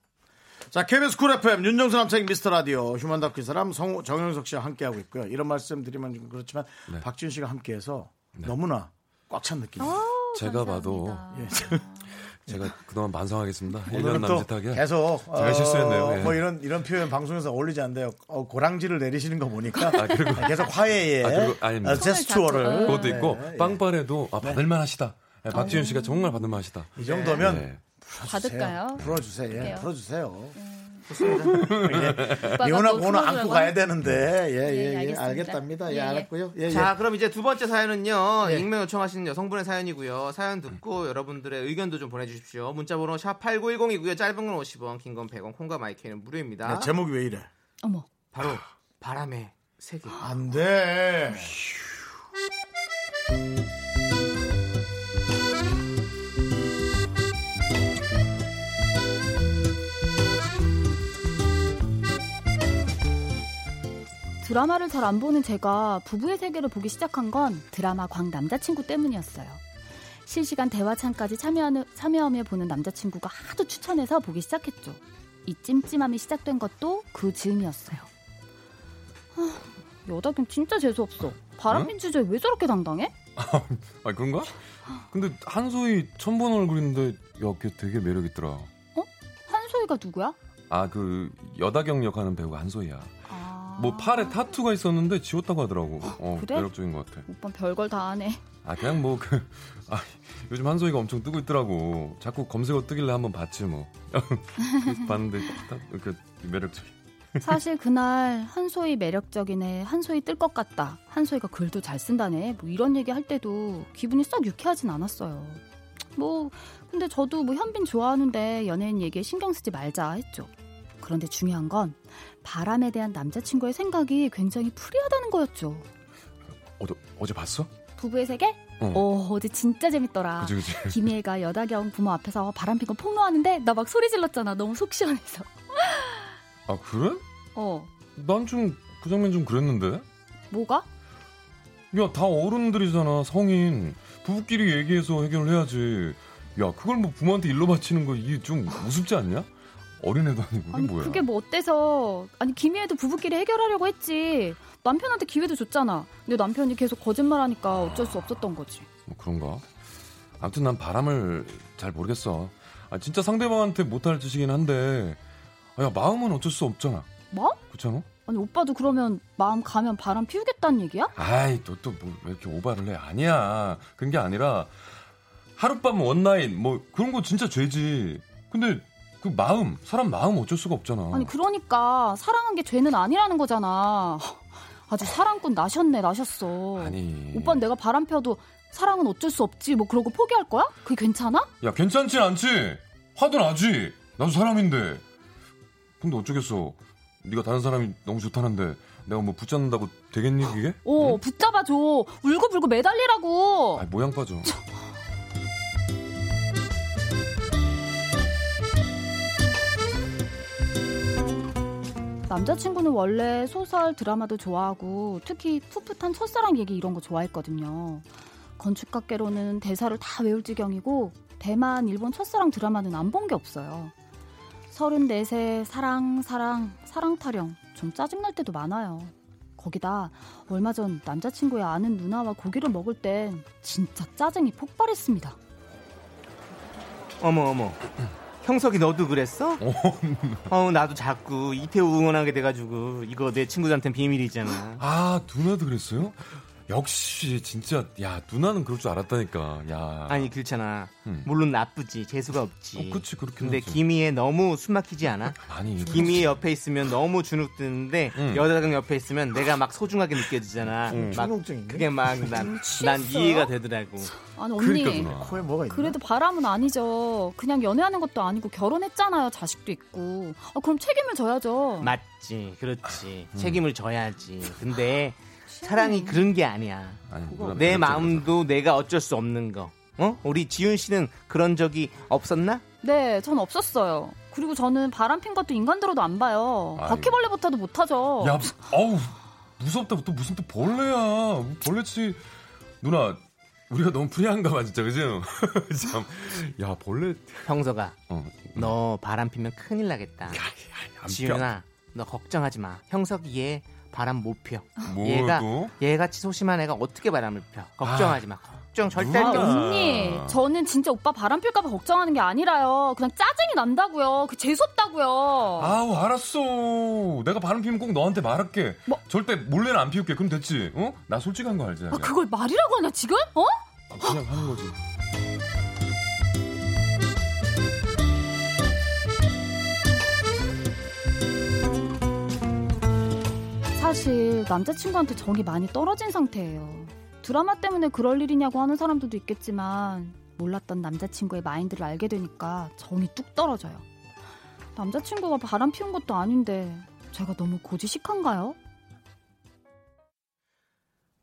S1: 자, KBS 쿨 FM 윤정수 남창희 미스터 라디오 휴먼 다큐 사람 성우 정영석 씨와 함께 하고 있고요. 이런 말씀 드리면 좀 그렇지만
S7: 네.
S1: 박지윤 씨가 함께해서 너무나 꽉 찬 느낌.
S7: 제가 봐도
S1: 예.
S7: 제가 그동안 만성하겠습니다 1년
S1: 오늘은 또
S7: 남짓하게
S1: 계속
S7: 제가 실수했네요. 예.
S1: 뭐 이런 이런 표현 방송에서 어울리지 않는데 어, 고랑지를 내리시는 거 보니까
S7: 아, 그리고-
S1: 계속 화해의
S7: 아, 그리고- 아닙니다.
S1: 어, 제스처를
S7: 그것도 있고
S1: 예, 예.
S7: 빵빠레도 아, 받을만 하시다 예, 박지윤 씨가 정말 받을만 하시다
S1: 이 정도면
S7: 네.
S1: 풀어주세요.
S4: 받을까요?
S1: 풀어주세요. 예,
S4: 받을게요.
S1: 풀어주세요. 좋습니다. 예. 예은아 보는
S4: 또
S1: 안고
S4: 뭐 풀어주라고
S1: 가야 되는데 예예예
S4: 예, 알겠습니다.
S1: 알겠답니다. 예,
S4: 예, 예.
S1: 알았고요. 예, 예.
S2: 자, 그럼 이제 두 번째 사연은요.
S1: 예.
S2: 익명 요청하신 여성분의 사연이고요. 사연 듣고 여러분들의 의견도 좀 보내주십시오. 문자번호 샵 8910이고요. 짧은 건 50원, 긴 건 100원, 콩과 마이크는 무료입니다.
S1: 네, 제목이 왜 이래?
S4: 어머.
S2: 바로 바람의 세계.
S1: 안 돼.
S4: 드라마를 잘 안 보는 제가 부부의 세계를 보기 시작한 건 드라마 광 남자친구 때문이었어요. 실시간 대화창까지 참여하는, 참여하며 보는 남자친구가 하도 추천해서 보기 시작했죠. 이 찜찜함이 시작된 것도 그 즈음이었어요. 아, 여자긴 진짜 재수없어. 바람민주제 왜 저렇게 당당해?
S7: 아 그런가? 근데 한소희 처음 본 얼굴인데 야, 걔 되게 매력 있더라
S4: 한소희가 누구야?
S7: 아 그 여다경 역하는 배우가 한소희야
S4: 아,
S7: 뭐 팔에 타투가 있었는데 지웠다고 하더라고 어,
S4: 그래?
S7: 매력적인 것 같아
S4: 오빠 별걸 다 하네.
S7: 아 그냥 뭐 그 아, 요즘 한소희가 엄청 뜨고 있더라고. 자꾸 검색어 뜨길래 한번 봤지 뭐. 그래서 봤는데 딱 이렇게 매력적이.
S4: 사실 그날 한소희 매력적이네, 한소희 뜰 것 같다, 한소희가 글도 잘 쓴다네, 뭐 이런 얘기 할 때도 기분이 썩 유쾌하진 않았어요. 뭐, 근데 저도 뭐 현빈 좋아하는데 연예인 얘기에 신경 쓰지 말자 했죠. 그런데 중요한 건 바람에 대한 남자친구의 생각이 굉장히 프리하다는 거였죠.
S7: 어제 어제 봤어?
S4: 부부의 세계?
S7: 어.
S4: 오, 어제 진짜 재밌더라.
S7: 그지 그지.
S4: 김희애가 여다경 부모 앞에서 바람핀 거 폭로하는데 나 막 소리 질렀잖아. 너무 속 시원해서.
S7: 아 그래?
S4: 어,
S7: 난 좀 그 장면 좀 그랬는데.
S4: 뭐가?
S7: 야 다 어른들이잖아 성인 부부끼리 얘기해서 해결을 해야지. 야 그걸 뭐 부모한테 일로 바치는 거 이게 좀 우습지 않냐? 어린애도 아니고 그게
S4: 아니
S7: 뭐야?
S4: 그게 뭐 어때서 아니 김희애도 부부끼리 해결하려고 했지 남편한테 기회도 줬잖아 근데 남편이 계속 거짓말하니까 어쩔 수 없었던 거지
S7: 뭐 그런가? 아무튼 난 바람을 잘 모르겠어. 아 진짜 상대방한테 못할 짓이긴 한데. 아, 야 마음은 어쩔 수 없잖아.
S4: 뭐?
S7: 그렇잖아.
S4: 아니 오빠도 그러면 마음 가면 바람 피우겠다는 얘기야?
S7: 아이 너 또 뭐 왜 이렇게 오바를 해? 아니야. 그런 게 아니라 하룻밤 원나잇 뭐 그런 거 진짜 죄지. 근데 그 마음 사람 마음 어쩔 수가 없잖아.
S4: 아니 그러니까 사랑한 게 죄는 아니라는 거잖아 아주 사랑꾼 나셨네 나셨어
S7: 아니.
S4: 오빠 내가 바람 펴도 사랑은 어쩔 수 없지 뭐 그러고 포기할 거야? 그게 괜찮아?
S7: 야 괜찮진 않지. 화도 나지. 나도 사람인데. 근데 어쩌겠어. 네가 다른 사람이 너무 좋다는데 내가 뭐 붙잡는다고 되겠니 그게?
S4: 어 붙잡아줘
S2: 어.
S4: 울고불고 매달리라고
S7: 네? 아 모양 빠져.
S4: 남자친구는 원래 소설, 드라마도 좋아하고 특히 풋풋한 첫사랑 얘기 이런 거 좋아했거든요. 건축학개로는 대사를 다 외울 지경이고 대만, 일본 첫사랑 드라마는 안 본 게 없어요. 34세 사랑, 사랑, 사랑 타령. 좀 짜증날 때도 많아요. 거기다 얼마 전 남자친구의 아는 누나와 고기를 먹을 땐 진짜 짜증이 폭발했습니다.
S2: 어머 어머. 형석이 너도 그랬어? 어 나도 자꾸 이태우 응원하게 돼가지고 이거 내 친구들한테 비밀이잖아.
S7: 아 누나도 그랬어요? 역시 진짜 야 누나는 그럴 줄 알았다니까. 야
S2: 아니 그렇잖아.
S7: 음.
S2: 물론 나쁘지 재수가 없지.
S7: 어, 그치, 그렇긴
S2: 근데
S7: 하지.
S2: 김희애 너무 숨막히지 않아?
S7: 아니 이거
S2: 김희애 옆에 있으면 너무 주눅드는데
S7: 음.
S2: 여자랑 옆에 있으면 내가 막 소중하게 느껴지잖아.
S1: 음,
S2: 막
S1: 주눅증이네.
S2: 그게 막 난 난 이해가 되더라고.
S4: 아니 언니
S7: 그러니까 누나.
S1: 코에 뭐가 있나?
S4: 그래도 바람은 아니죠. 그냥 연애하는 것도 아니고 결혼했잖아요. 자식도 있고. 아, 그럼 책임을 져야죠.
S2: 맞지, 그렇지. 책임을 져야지. 근데 사랑이 그런 게 아니야. 그렇죠,
S7: 아니, 누나
S2: 내
S7: 매력적이다.
S2: 마음도 내가 어쩔 수 없는 거. 어? 우리 지윤 씨는 그런 적이 없었나?
S4: 네, 전 없었어요. 그리고 저는 바람 핀 것도 인간 들어도 안 봐요.
S7: 아유.
S4: 바퀴벌레부터도 못하죠.
S7: 야 어우 무섭다 또 무슨 또 벌레야 벌레치 누나 우리가 너무 프리한가봐 진짜 그죠? 참야 벌레
S2: 형서가
S7: 어
S2: 너 바람 피면 큰일 나겠다.
S7: 안
S2: 지윤아, 너 걱정하지 마. 형석이 얘 바람 못 펴.
S7: 뭐,
S2: 얘가 어.
S7: 또?
S2: 얘같이 소심한 애가 어떻게 바람을 펴? 걱정하지 마. 걱정 절대
S4: 아,
S2: 할게
S1: 음.
S2: 없어.
S4: 언니, 저는 진짜 오빠 바람 필까봐 걱정하는 게 아니라요. 그냥 짜증이 난다고요. 그 재수없다고요.
S7: 아우 알았어 내가 바람 피면 꼭 너한테 말할게
S4: 뭐?
S7: 절대 몰래는 안 피울게 그럼 됐지 어? 나 솔직한 거 알지
S4: 아, 그걸 말이라고 하냐 지금? 어?
S7: 아, 그냥 하는 거지
S4: 사실 남자친구한테 정이 많이 떨어진 상태예요. 드라마 때문에 그럴 일이냐고 하는 사람들도 있겠지만 몰랐던 남자친구의 마인드를 알게 되니까 정이 뚝 떨어져요. 남자친구가 바람 피운 것도 아닌데 제가 너무 고지식한가요?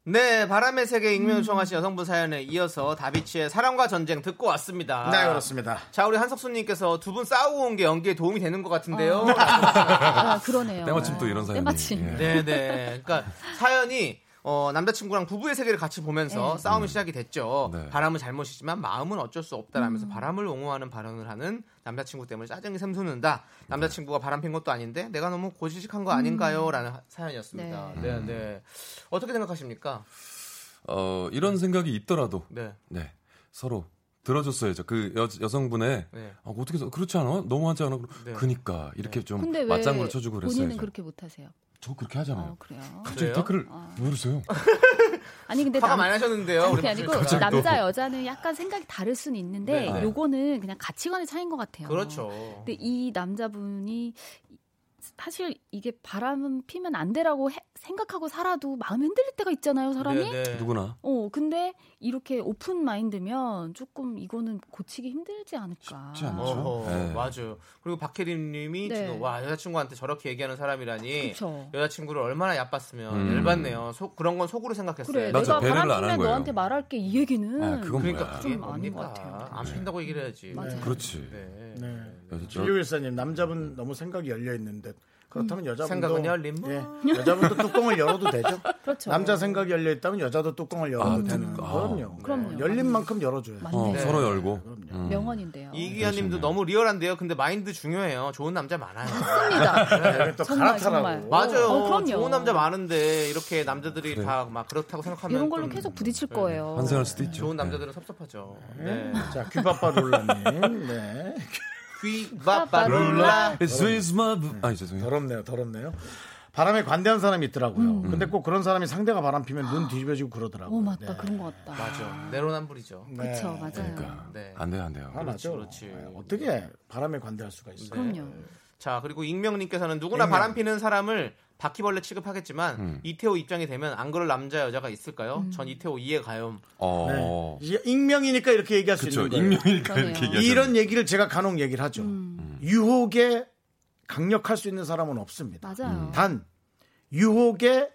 S2: 네, 바람의 세계 익명 요청하신 여성분 사연에 이어서 다비치의 사랑과 전쟁 듣고 왔습니다.
S7: 아.
S1: 네 그렇습니다.
S2: 자, 우리 한석수님께서 두 분 싸우고 온 게 연기에 도움이 되는 것 같은데요.
S1: 어.
S4: 아, 그러네요.
S7: 때마침 또 이런 사연이
S4: 때마침.
S7: 예.
S2: 네, 네. 그러니까 사연이 어, 남자친구랑 부부의 세계를 같이
S4: 음.
S2: 보면서 싸움이 시작이 됐죠.
S7: 네.
S2: 바람은 잘못이지만 마음은 어쩔 수 없다라면서 바람을 옹호하는 발언을 하는 남자친구 때문에 짜증이 샘솟는다. 남자친구가 바람 핀 것도 아닌데 내가 너무 고지식한 거 아닌가요?
S4: 음.
S2: 라는 하- 사연이었습니다. 네, 네. 어떻게 생각하십니까?
S7: 어 이런 생각이 있더라도
S2: 네.
S7: 네 서로 들어줬어야죠 그 여, 여성분의
S2: 네.
S7: 아, 어떻게 해서- 그렇지 않아 너무하지 않아
S2: 네.
S7: 그러니까 이렇게 좀
S4: 근데 왜
S7: 맞장구를 쳐주고 그랬어요
S4: 본인은 그렇게 못하세요?
S7: 저 그렇게 하잖아요
S4: 어, 그래요. 아.
S7: 갑자기
S2: 그래요?
S7: 댓글을 왜 이러세요
S4: 아니 근데
S2: 화가
S4: 남-
S2: 많이 하셨는데요. 우리
S4: 그게 아니고
S2: 박수철 씨가.
S4: 남자 여자는 약간 생각이 다를 수는 있는데
S7: 네.
S4: 요거는 그냥 가치관의 차이인 것 같아요.
S2: 그렇죠.
S4: 근데 이 남자분이 사실 이게 바람은 피면 안 되라고 해- 생각하고 살아도 마음 흔들릴 때가 있잖아요, 사람이.
S2: 네, 네.
S7: 누구나
S4: 어, 근데 이렇게 오픈 마인드면 조금 이거는 고치기 힘들지 않을까.
S7: 쉽지 않죠.
S2: 어허,
S7: 네.
S2: 맞아요. 그리고 박혜림 님이
S4: 네.
S2: 지금 와 여자친구한테 저렇게 얘기하는 사람이라니
S4: 그렇죠.
S2: 여자친구를 얼마나 얕봤으면
S7: 음.
S2: 열받네요. 속- 그런 건 속으로 생각했어요.
S4: 그래,
S7: 나
S4: 내가
S7: 저 배려를
S4: 바람
S7: 안한
S4: 피면
S7: 거예요.
S4: 너한테 말할게 이 얘기는.
S7: 아, 그건
S2: 그러니까
S7: 뭐야.
S2: 그게
S4: 좀 아닌 것
S2: 뭡니까?
S4: 같아요.
S2: 안 핀다고 얘기를 해야지.
S7: 그렇지
S2: 네.
S1: 네.
S7: 여자-
S1: 진료일사님 남자분 너무 생각이 열려 있는데
S4: 음.
S1: 그렇다면 여자분도
S2: 생각은 열린 문.
S1: 예, 여자분도 뚜껑을 열어도 되죠.
S4: 뭐. 그렇죠.
S1: 남자 생각이 열려 있다면 여자도
S7: 아,
S1: 뚜껑을 열어도
S7: 네.
S1: 되는.
S7: 뚜껑.
S1: 그럼요.
S4: 그럼요.
S1: 열린 만큼 열어줘요.
S4: 맞네.
S7: 어,
S4: 네.
S7: 서로 열고 음.
S4: 명언인데요.
S2: 이기현 님도 너무 리얼한데요. 근데 마인드 중요해요. 좋은 남자 많아요.
S4: 맞습니다.
S1: 또
S4: 정말,
S1: 갈아타라고.
S4: 정말.
S2: 네. 맞아요.
S4: 어, 그럼요.
S2: 좋은 남자 많은데 이렇게 남자들이 다 막 그렇다고 생각하면
S4: 이런 걸로
S2: 좀 네.
S4: 계속 부딪힐 거예요.
S7: 환생할 수도 있죠
S2: 좋은 남자들은 섭섭하죠.
S1: 예.
S2: 네.
S1: 자 귀바빠 룰라님. 네.
S2: 귀바바룰라
S7: It's with my bu- 아니 죄송해요
S1: 더럽네요. 더럽네요. 바람에 관대한 사람이 있더라고요. 근데 꼭 그런 사람이 상대가 바람 피면 눈 뒤집어지고 그러더라고요.
S4: 음. 어, 맞다. 그런 것 같다.
S2: 네. 맞아. 내로남불이죠.
S1: 네.
S4: 그쵸, 맞아요.
S7: 그러니까
S2: 네.
S7: 안 돼요 안 돼요
S1: 화나죠.
S2: 그렇지, 그렇지.
S1: 네, 어떻게 바람에 관대할 수가 있어요? 네.
S4: 그럼요.
S2: 자 그리고 익명님께서는 누구나 바람 피는 사람을 바퀴벌레 취급하겠지만
S1: 음.
S2: 이태호 입장이 되면 안 그럴 남자 여자가 있을까요?
S4: 음.
S2: 전 이태호 이해 가요.
S7: 어
S1: 이- 익명이니까 이렇게 얘기할 수
S7: 그렇죠
S1: 있는 거예요.
S7: 익명이니까
S4: 그러네요.
S7: 이렇게 얘기하죠 음.
S1: 이런 얘기를 제가 간혹 얘기를 하죠.
S4: 음.
S1: 유혹에 강력할 수 있는 사람은 없습니다.
S4: 맞아요.
S1: 단 유혹에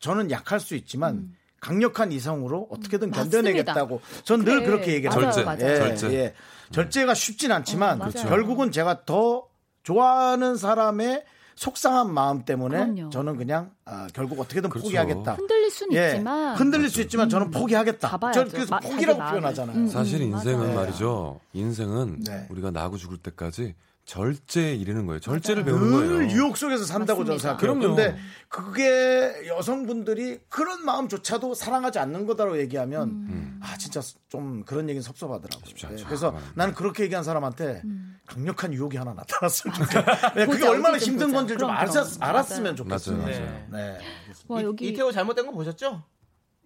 S1: 저는 약할 수 있지만
S4: 음.
S1: 강력한 이성으로 어떻게든 견뎌내겠다고 전 늘
S4: 그래.
S1: 그렇게 얘기를
S4: 맞아요,
S1: 하죠.
S4: 맞아요.
S1: 예,
S7: 절제.
S1: 예. 절제가 쉽진 않지만
S4: 어, 맞아요.
S1: 결국은 제가 더 좋아하는 사람의 속상한 마음 때문에
S4: 그럼요.
S1: 저는 그냥 아, 결국 어떻게든
S7: 그렇죠.
S1: 포기하겠다.
S4: 흔들릴 수는
S1: 예,
S4: 있지만
S1: 흔들릴 수 있지만 저는 포기하겠다.
S4: 가봐야죠.
S1: 저는 그래서
S4: 마-
S1: 포기라고
S4: 자기 마음을.
S1: 표현하잖아요.
S4: 음.
S7: 사실 인생은
S4: 맞아요.
S7: 말이죠. 인생은
S1: 네.
S7: 우리가 나고 죽을 때까지 절제에 이르는 거예요. 절제를 배우는
S1: 늘
S7: 거예요.
S1: 유혹 속에서 산다고
S4: 맞습니다.
S1: 저는 생각해요.
S7: 그럼요.
S1: 근데 그게 여성분들이 그런 마음조차도 사랑하지 않는 거다라고 얘기하면
S4: 음.
S1: 아 진짜 좀 그런 얘기는 섭섭하더라고요. 네,
S7: 음. 않죠. 음.
S1: 그래서
S7: 그건.
S1: 나는 그렇게 얘기한 사람한테 강력한 유혹이 하나 나타났으면 좋겠어요. 네, 그게
S4: 음. 보자,
S1: 얼마나
S4: 어디든
S1: 힘든
S4: 보자.
S1: 건지 좀
S4: 그럼,
S1: 알았,
S4: 그럼.
S1: 알았으면
S7: 맞아요,
S1: 좋겠어요.
S7: 맞아요.
S1: 네.
S4: 와 여기
S2: 이태호 잘못된 거 보셨죠?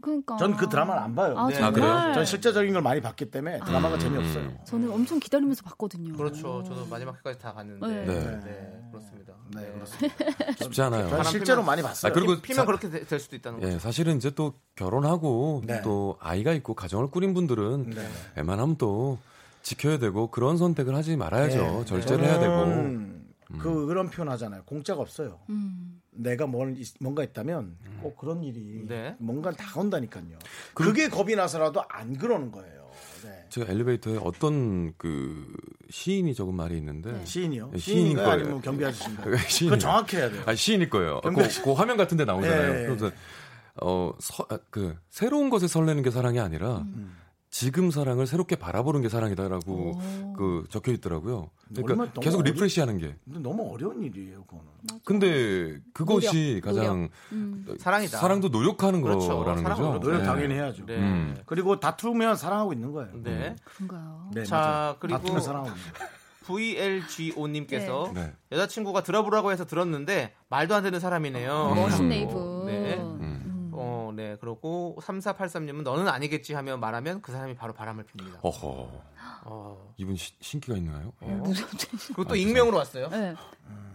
S4: 그러니까
S1: 전 그 드라마를 안 봐요.
S4: 아,
S1: 네.
S4: 정말?
S7: 아, 그래요?
S1: 전 실제적인 걸 많이 봤기 때문에
S7: 음.
S1: 드라마가 재미없어요.
S4: 저는 엄청 기다리면서 봤거든요.
S2: 그렇죠. 저도 마지막까지 다 갔는데.
S4: 음. 네.
S7: 네.
S2: 네, 그렇습니다.
S1: 네, 그렇습니다.
S7: 쉽지 않아요.
S1: 전 실제로 많이 봤어요.
S7: 아, 그리고
S2: 피면
S7: 사-
S2: 그렇게 되- 될 수도 있다는 거죠.
S7: 예, 사실은 이제 또 결혼하고
S1: 네.
S7: 또 아이가 있고 가정을 꾸린 분들은 웬만하면 또 지켜야 되고 그런 선택을 하지 말아야죠.
S1: 네.
S7: 절제를 해야 되고. 음.
S1: 저는 그 그런 표현 하잖아요. 공짜가 없어요.
S4: 음.
S1: 내가 뭘 있- 뭔가 있다면 꼭 그런 일이
S2: 네.
S1: 뭔가 다 온다니까요. 그게 겁이 나서라도 안 그러는 거예요. 네.
S7: 제가 엘리베이터에 어떤 그 시인이 적은 말이 있는데
S1: 시인이요?
S7: 예, 시인일
S1: 시인인가요?
S7: 거예요.
S1: 아니면 경비 아저씨인가요?
S7: 그게 시인이에요.
S1: 그거 정확해야 돼요.
S7: 아 시인일 거예요. 그,
S1: 근데-
S7: 그 화면 같은 데 나오잖아요.
S1: 예.
S7: 그래서 어, 아, 어그 새로운 것에 설레는 게 사랑이 아니라
S1: 음.
S7: 지금 사랑을 새롭게 바라보는 게 사랑이다라고 그 적혀 있더라고요.
S1: 얼마나
S7: 그러니까
S1: 너무
S7: 계속
S1: 어리-
S7: 리프레시하는 게.
S1: 근데 너무 어려운 일이에요, 그거는.
S7: 근데 그것이 가장
S4: 음,
S2: 사랑이다.
S7: 사랑도 노력하는
S2: 그렇죠. 사랑은
S7: 거라는 거죠.
S2: 노력
S1: 노력
S7: 네.
S1: 당연히 해야죠.
S2: 네.
S7: 음.
S1: 그리고 다투면 사랑하고 있는 거예요.
S2: 네.
S4: 그런가요?
S1: 네,
S2: 자,
S1: 맞아요.
S2: 그리고-
S1: 다투면 사랑하고 있는 거예요.
S2: VLGO님께서
S7: 네.
S2: 여자친구가 들어보라고 해서 들었는데 말도 안 되는 사람이네요.
S4: 멋있네
S2: 어,
S4: 이분.
S2: 네.
S4: 음.
S2: 어, 네. 그러고 3483님은 너는 아니겠지 하면 말하면 그 사람이 바로 바람을 핍니다.
S7: 어허.
S2: 어.
S7: 이분 신- 신기가 있나요? 어.
S2: 그리고
S1: 아,
S2: 또 익명으로 왔어요.
S4: 네.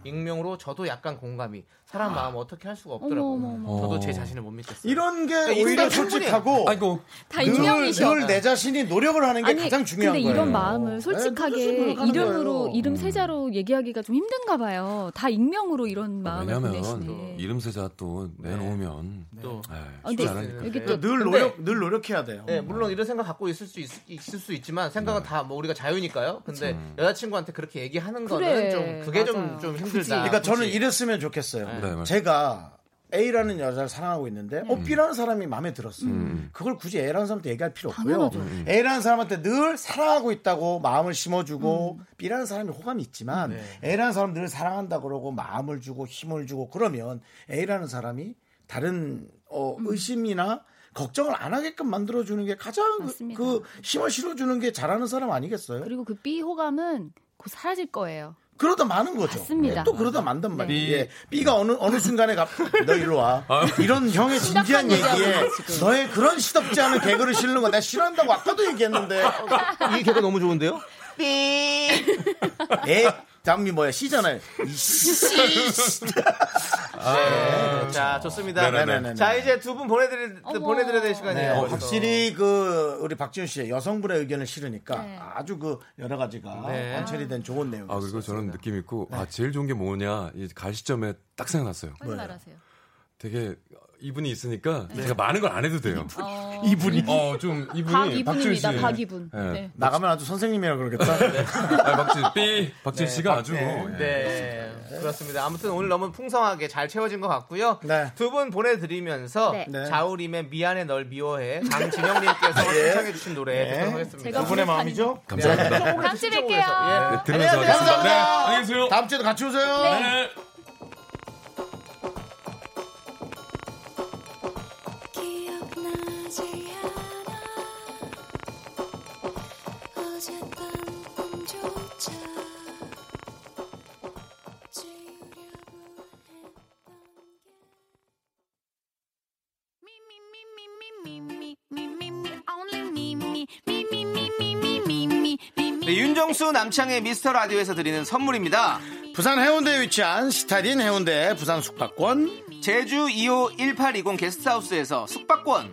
S2: 익명으로 저도 약간 공감이 사람 마음 어떻게 할 수가 없더라고요.
S4: 어머, 어머,
S2: 저도
S7: 어머.
S2: 제 자신을 못 믿겠어요.
S1: 이런 게
S2: 인생
S1: 오히려
S2: 충분히-
S1: 솔직하고
S7: 아이고.
S4: 다
S1: 그
S4: 익명이셔.
S1: 늘내 자신이 노력을 하는 게
S4: 아니,
S1: 가장 중요한
S4: 근데
S1: 거예요.
S4: 이런 마음을 솔직하게
S1: 네, 노력하는
S4: 이름으로
S1: 거예요.
S4: 이름 세자로 얘기하기가 좀 힘든가 봐요. 다 익명으로 이런 마음을
S7: 아, 왜냐하면
S4: 보내시네.
S7: 이름 세자 또 내놓으면
S2: 또
S7: 네.
S4: 아, 근데
S7: 쉽지 않으니까.
S4: 여기
S1: 그러니까
S4: 또
S1: 늘
S2: 근데-
S1: 노력 늘 노력해야 돼요.
S2: 네, 물론 이런 생각 갖고 있을 수 있, 을수 있지만 생각은
S1: 네.
S2: 다 뭐 우리가 자유니까요. 근데
S1: 음.
S2: 여자친구한테 그렇게 얘기하는 거는
S4: 그래,
S2: 좀 그게 좀,
S4: 맞아요.
S2: 좀
S4: 굳이.
S2: 힘들다.
S1: 그러니까 저는
S2: 굳이.
S1: 이랬으면 좋겠어요.
S7: 네, 맞아요.
S1: 제가 A라는 여자를 사랑하고 있는데 어 B라는 사람이 마음에 들었어요. 그걸 굳이 A라는 사람한테 얘기할 필요 없고요.
S7: 음,
S4: 당연하죠.
S1: A라는 사람한테 늘 사랑하고 있다고 마음을 심어주고 B라는 사람이 호감이 있지만
S4: 네.
S1: A라는 사람 늘 사랑한다 그러고 마음을 주고 힘을 주고 그러면 A라는 사람이 다른
S4: 음.
S1: 어, 의심이나 걱정을 안 하게끔 만들어주는 게 가장 그,
S4: 맞습니다.
S1: 그 힘을 실어주는 게 잘하는 사람 아니겠어요?
S4: 그리고 그 B 호감은 곧 사라질 거예요.
S1: 그러다 마는 거죠.
S4: 맞습니다. 네.
S1: 예, 또 그러다 만단 말이에요. 예. B가 어느 어느 순간에 갑, 너 일로 와. 이런 형의 진지한
S4: 심각한 얘기하고
S1: 얘기에
S4: 있어, 지금.
S1: 너의 그런 시덥지 않은 개그를 실는 거 내가 싫어한다고 아까도 얘기했는데.
S2: 이 개가 너무 좋은데요?
S1: 에 장미 뭐야 시잖아요. 이 씨.
S2: 네. 자, 좋습니다.
S1: 네네네네.
S2: 자, 이제 두 분 보내드릴,
S4: 어머.
S2: 보내드려야 될
S1: 네,
S2: 시간이에요.
S1: 어,
S2: 벌써.
S1: 확실히 그 우리 박지훈 씨의 여성분의 의견을 실으니까
S4: 네.
S1: 아주 그 여러 가지가
S2: 네.
S1: 관철이 된 좋은
S7: 아
S1: 내용이었어요.
S7: 그리고 저는 느낌 있고 아 제일 좋은 게 뭐냐 이 갈 시점에 딱 생각났어요.
S4: 빨리 말하세요.
S7: 되게 이분이 있으니까 제가 많은 걸 안 해도 돼요.
S4: 어,
S1: 이분이
S7: 어 좀
S4: 박
S7: 이분이 박지훈 씨.
S4: 이분입니다. 박 이분.
S7: 예.
S4: 네.
S1: 나가면 아주 선생님이라 그러겠다.
S7: 아, 박지훈 삐 박지훈 씨가 아주 예.
S2: 네, 그렇습니다. 아무튼 오늘 너무 풍성하게 잘 채워진 것 같고요.
S1: 네.
S2: 두 분 보내드리면서
S4: 네.
S1: 네.
S2: 자우림의 미안해 널 미워해 강진영님께서 신청해주신 노래
S4: 제가
S2: 듣도록 하겠습니다. 네.
S1: 이분의 마음이죠.
S7: 감사합니다.
S4: 다음 주에
S2: 예.
S4: 뵐게요.
S7: 네, 들으면서 하겠습니다. 네, 안녕히 계세요.
S1: 다음 주에도 같이 오세요.
S7: 네.
S6: 기억나지 않아 어젯밤 꿈조차 지우려고 했던 게
S2: 네, 윤정수 남창의 미스터 라디오에서 드리는 선물입니다.
S1: 부산 해운대에 위치한 시타딘 해운대 부산 숙박권
S2: 제주 2호 1820 게스트하우스에서 숙박권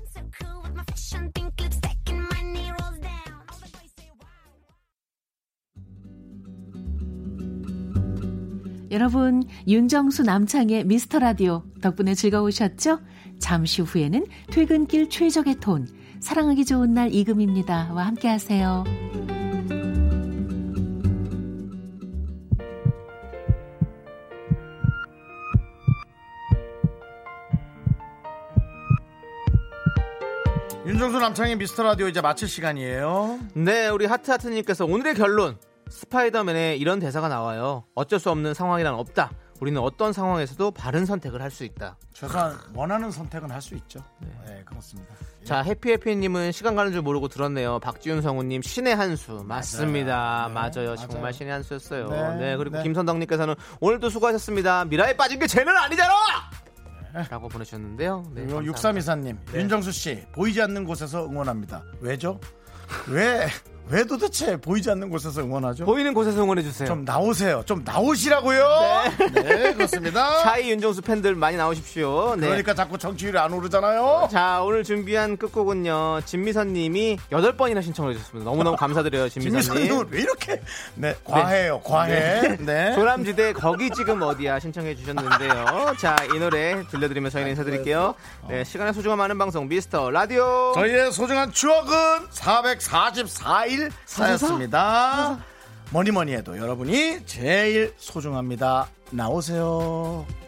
S6: So cool with my fashion, pink lipstick and my knee rolls down. All the boys say wow.
S8: 여러분, 윤정수 남창의 미스터 라디오 덕분에 즐거우셨죠? 잠시 후에는 퇴근길 최적의 톤, 사랑하기 좋은 날 이금입니다와 함께 하세요.
S1: 윤정수 남창의 미스터 라디오 이제 마칠 시간이에요.
S2: 네 우리 하트하트님께서 오늘의 결론 스파이더맨에 이런 대사가 나와요 어쩔 수 없는 상황이란 없다 우리는 어떤 상황에서도 바른 선택을 할 수 있다
S1: 최소한 원하는 선택은 할 수 있죠. 네, 그렇습니다.
S2: 자 해피해피님은 시간 가는 줄 모르고 들었네요 박지윤 성우님 신의 한수 맞습니다 맞아요, 정말
S1: 맞아요.
S2: 신의 한수였어요
S1: 네,
S2: 네, 그리고
S1: 네.
S2: 김선덕님께서는 오늘도 수고하셨습니다 미라에 빠진 게 죄는 아니잖아 라고 보내주셨는데요 네,
S1: 그리고
S2: 감사합니다. 네.
S1: 6324님, 윤정수 씨, 보이지 않는 곳에서 응원합니다. 왜죠? 왜, 왜 도대체 보이지 않는 곳에서 응원하죠?
S2: 보이는 곳에서 응원해주세요
S1: 좀 나오세요. 좀 나오시라고요. 네, 그렇습니다.
S2: 차이 윤정수 팬들 많이 나오십시오 네.
S1: 그러니까 자꾸 정치율이 안 오르잖아요.
S2: 자 오늘 준비한 끝곡은요 진미선님이 8번이나 신청을 해주셨습니다 너무너무 감사드려요 진미선님
S1: 김미선님은 왜 이렇게 네 과해요 과해 네.
S2: 조남지대 거기 지금 어디야 신청해 주셨는데요 자 이 노래 들려드리면서 저희는 인사드릴게요 네, 시간의 소중함 많은 방송 미스터 라디오
S1: 저희의 소중한 추억은 444일 쌓였습니다 뭐니뭐니 해도 여러분이 제일 소중합니다 나오세요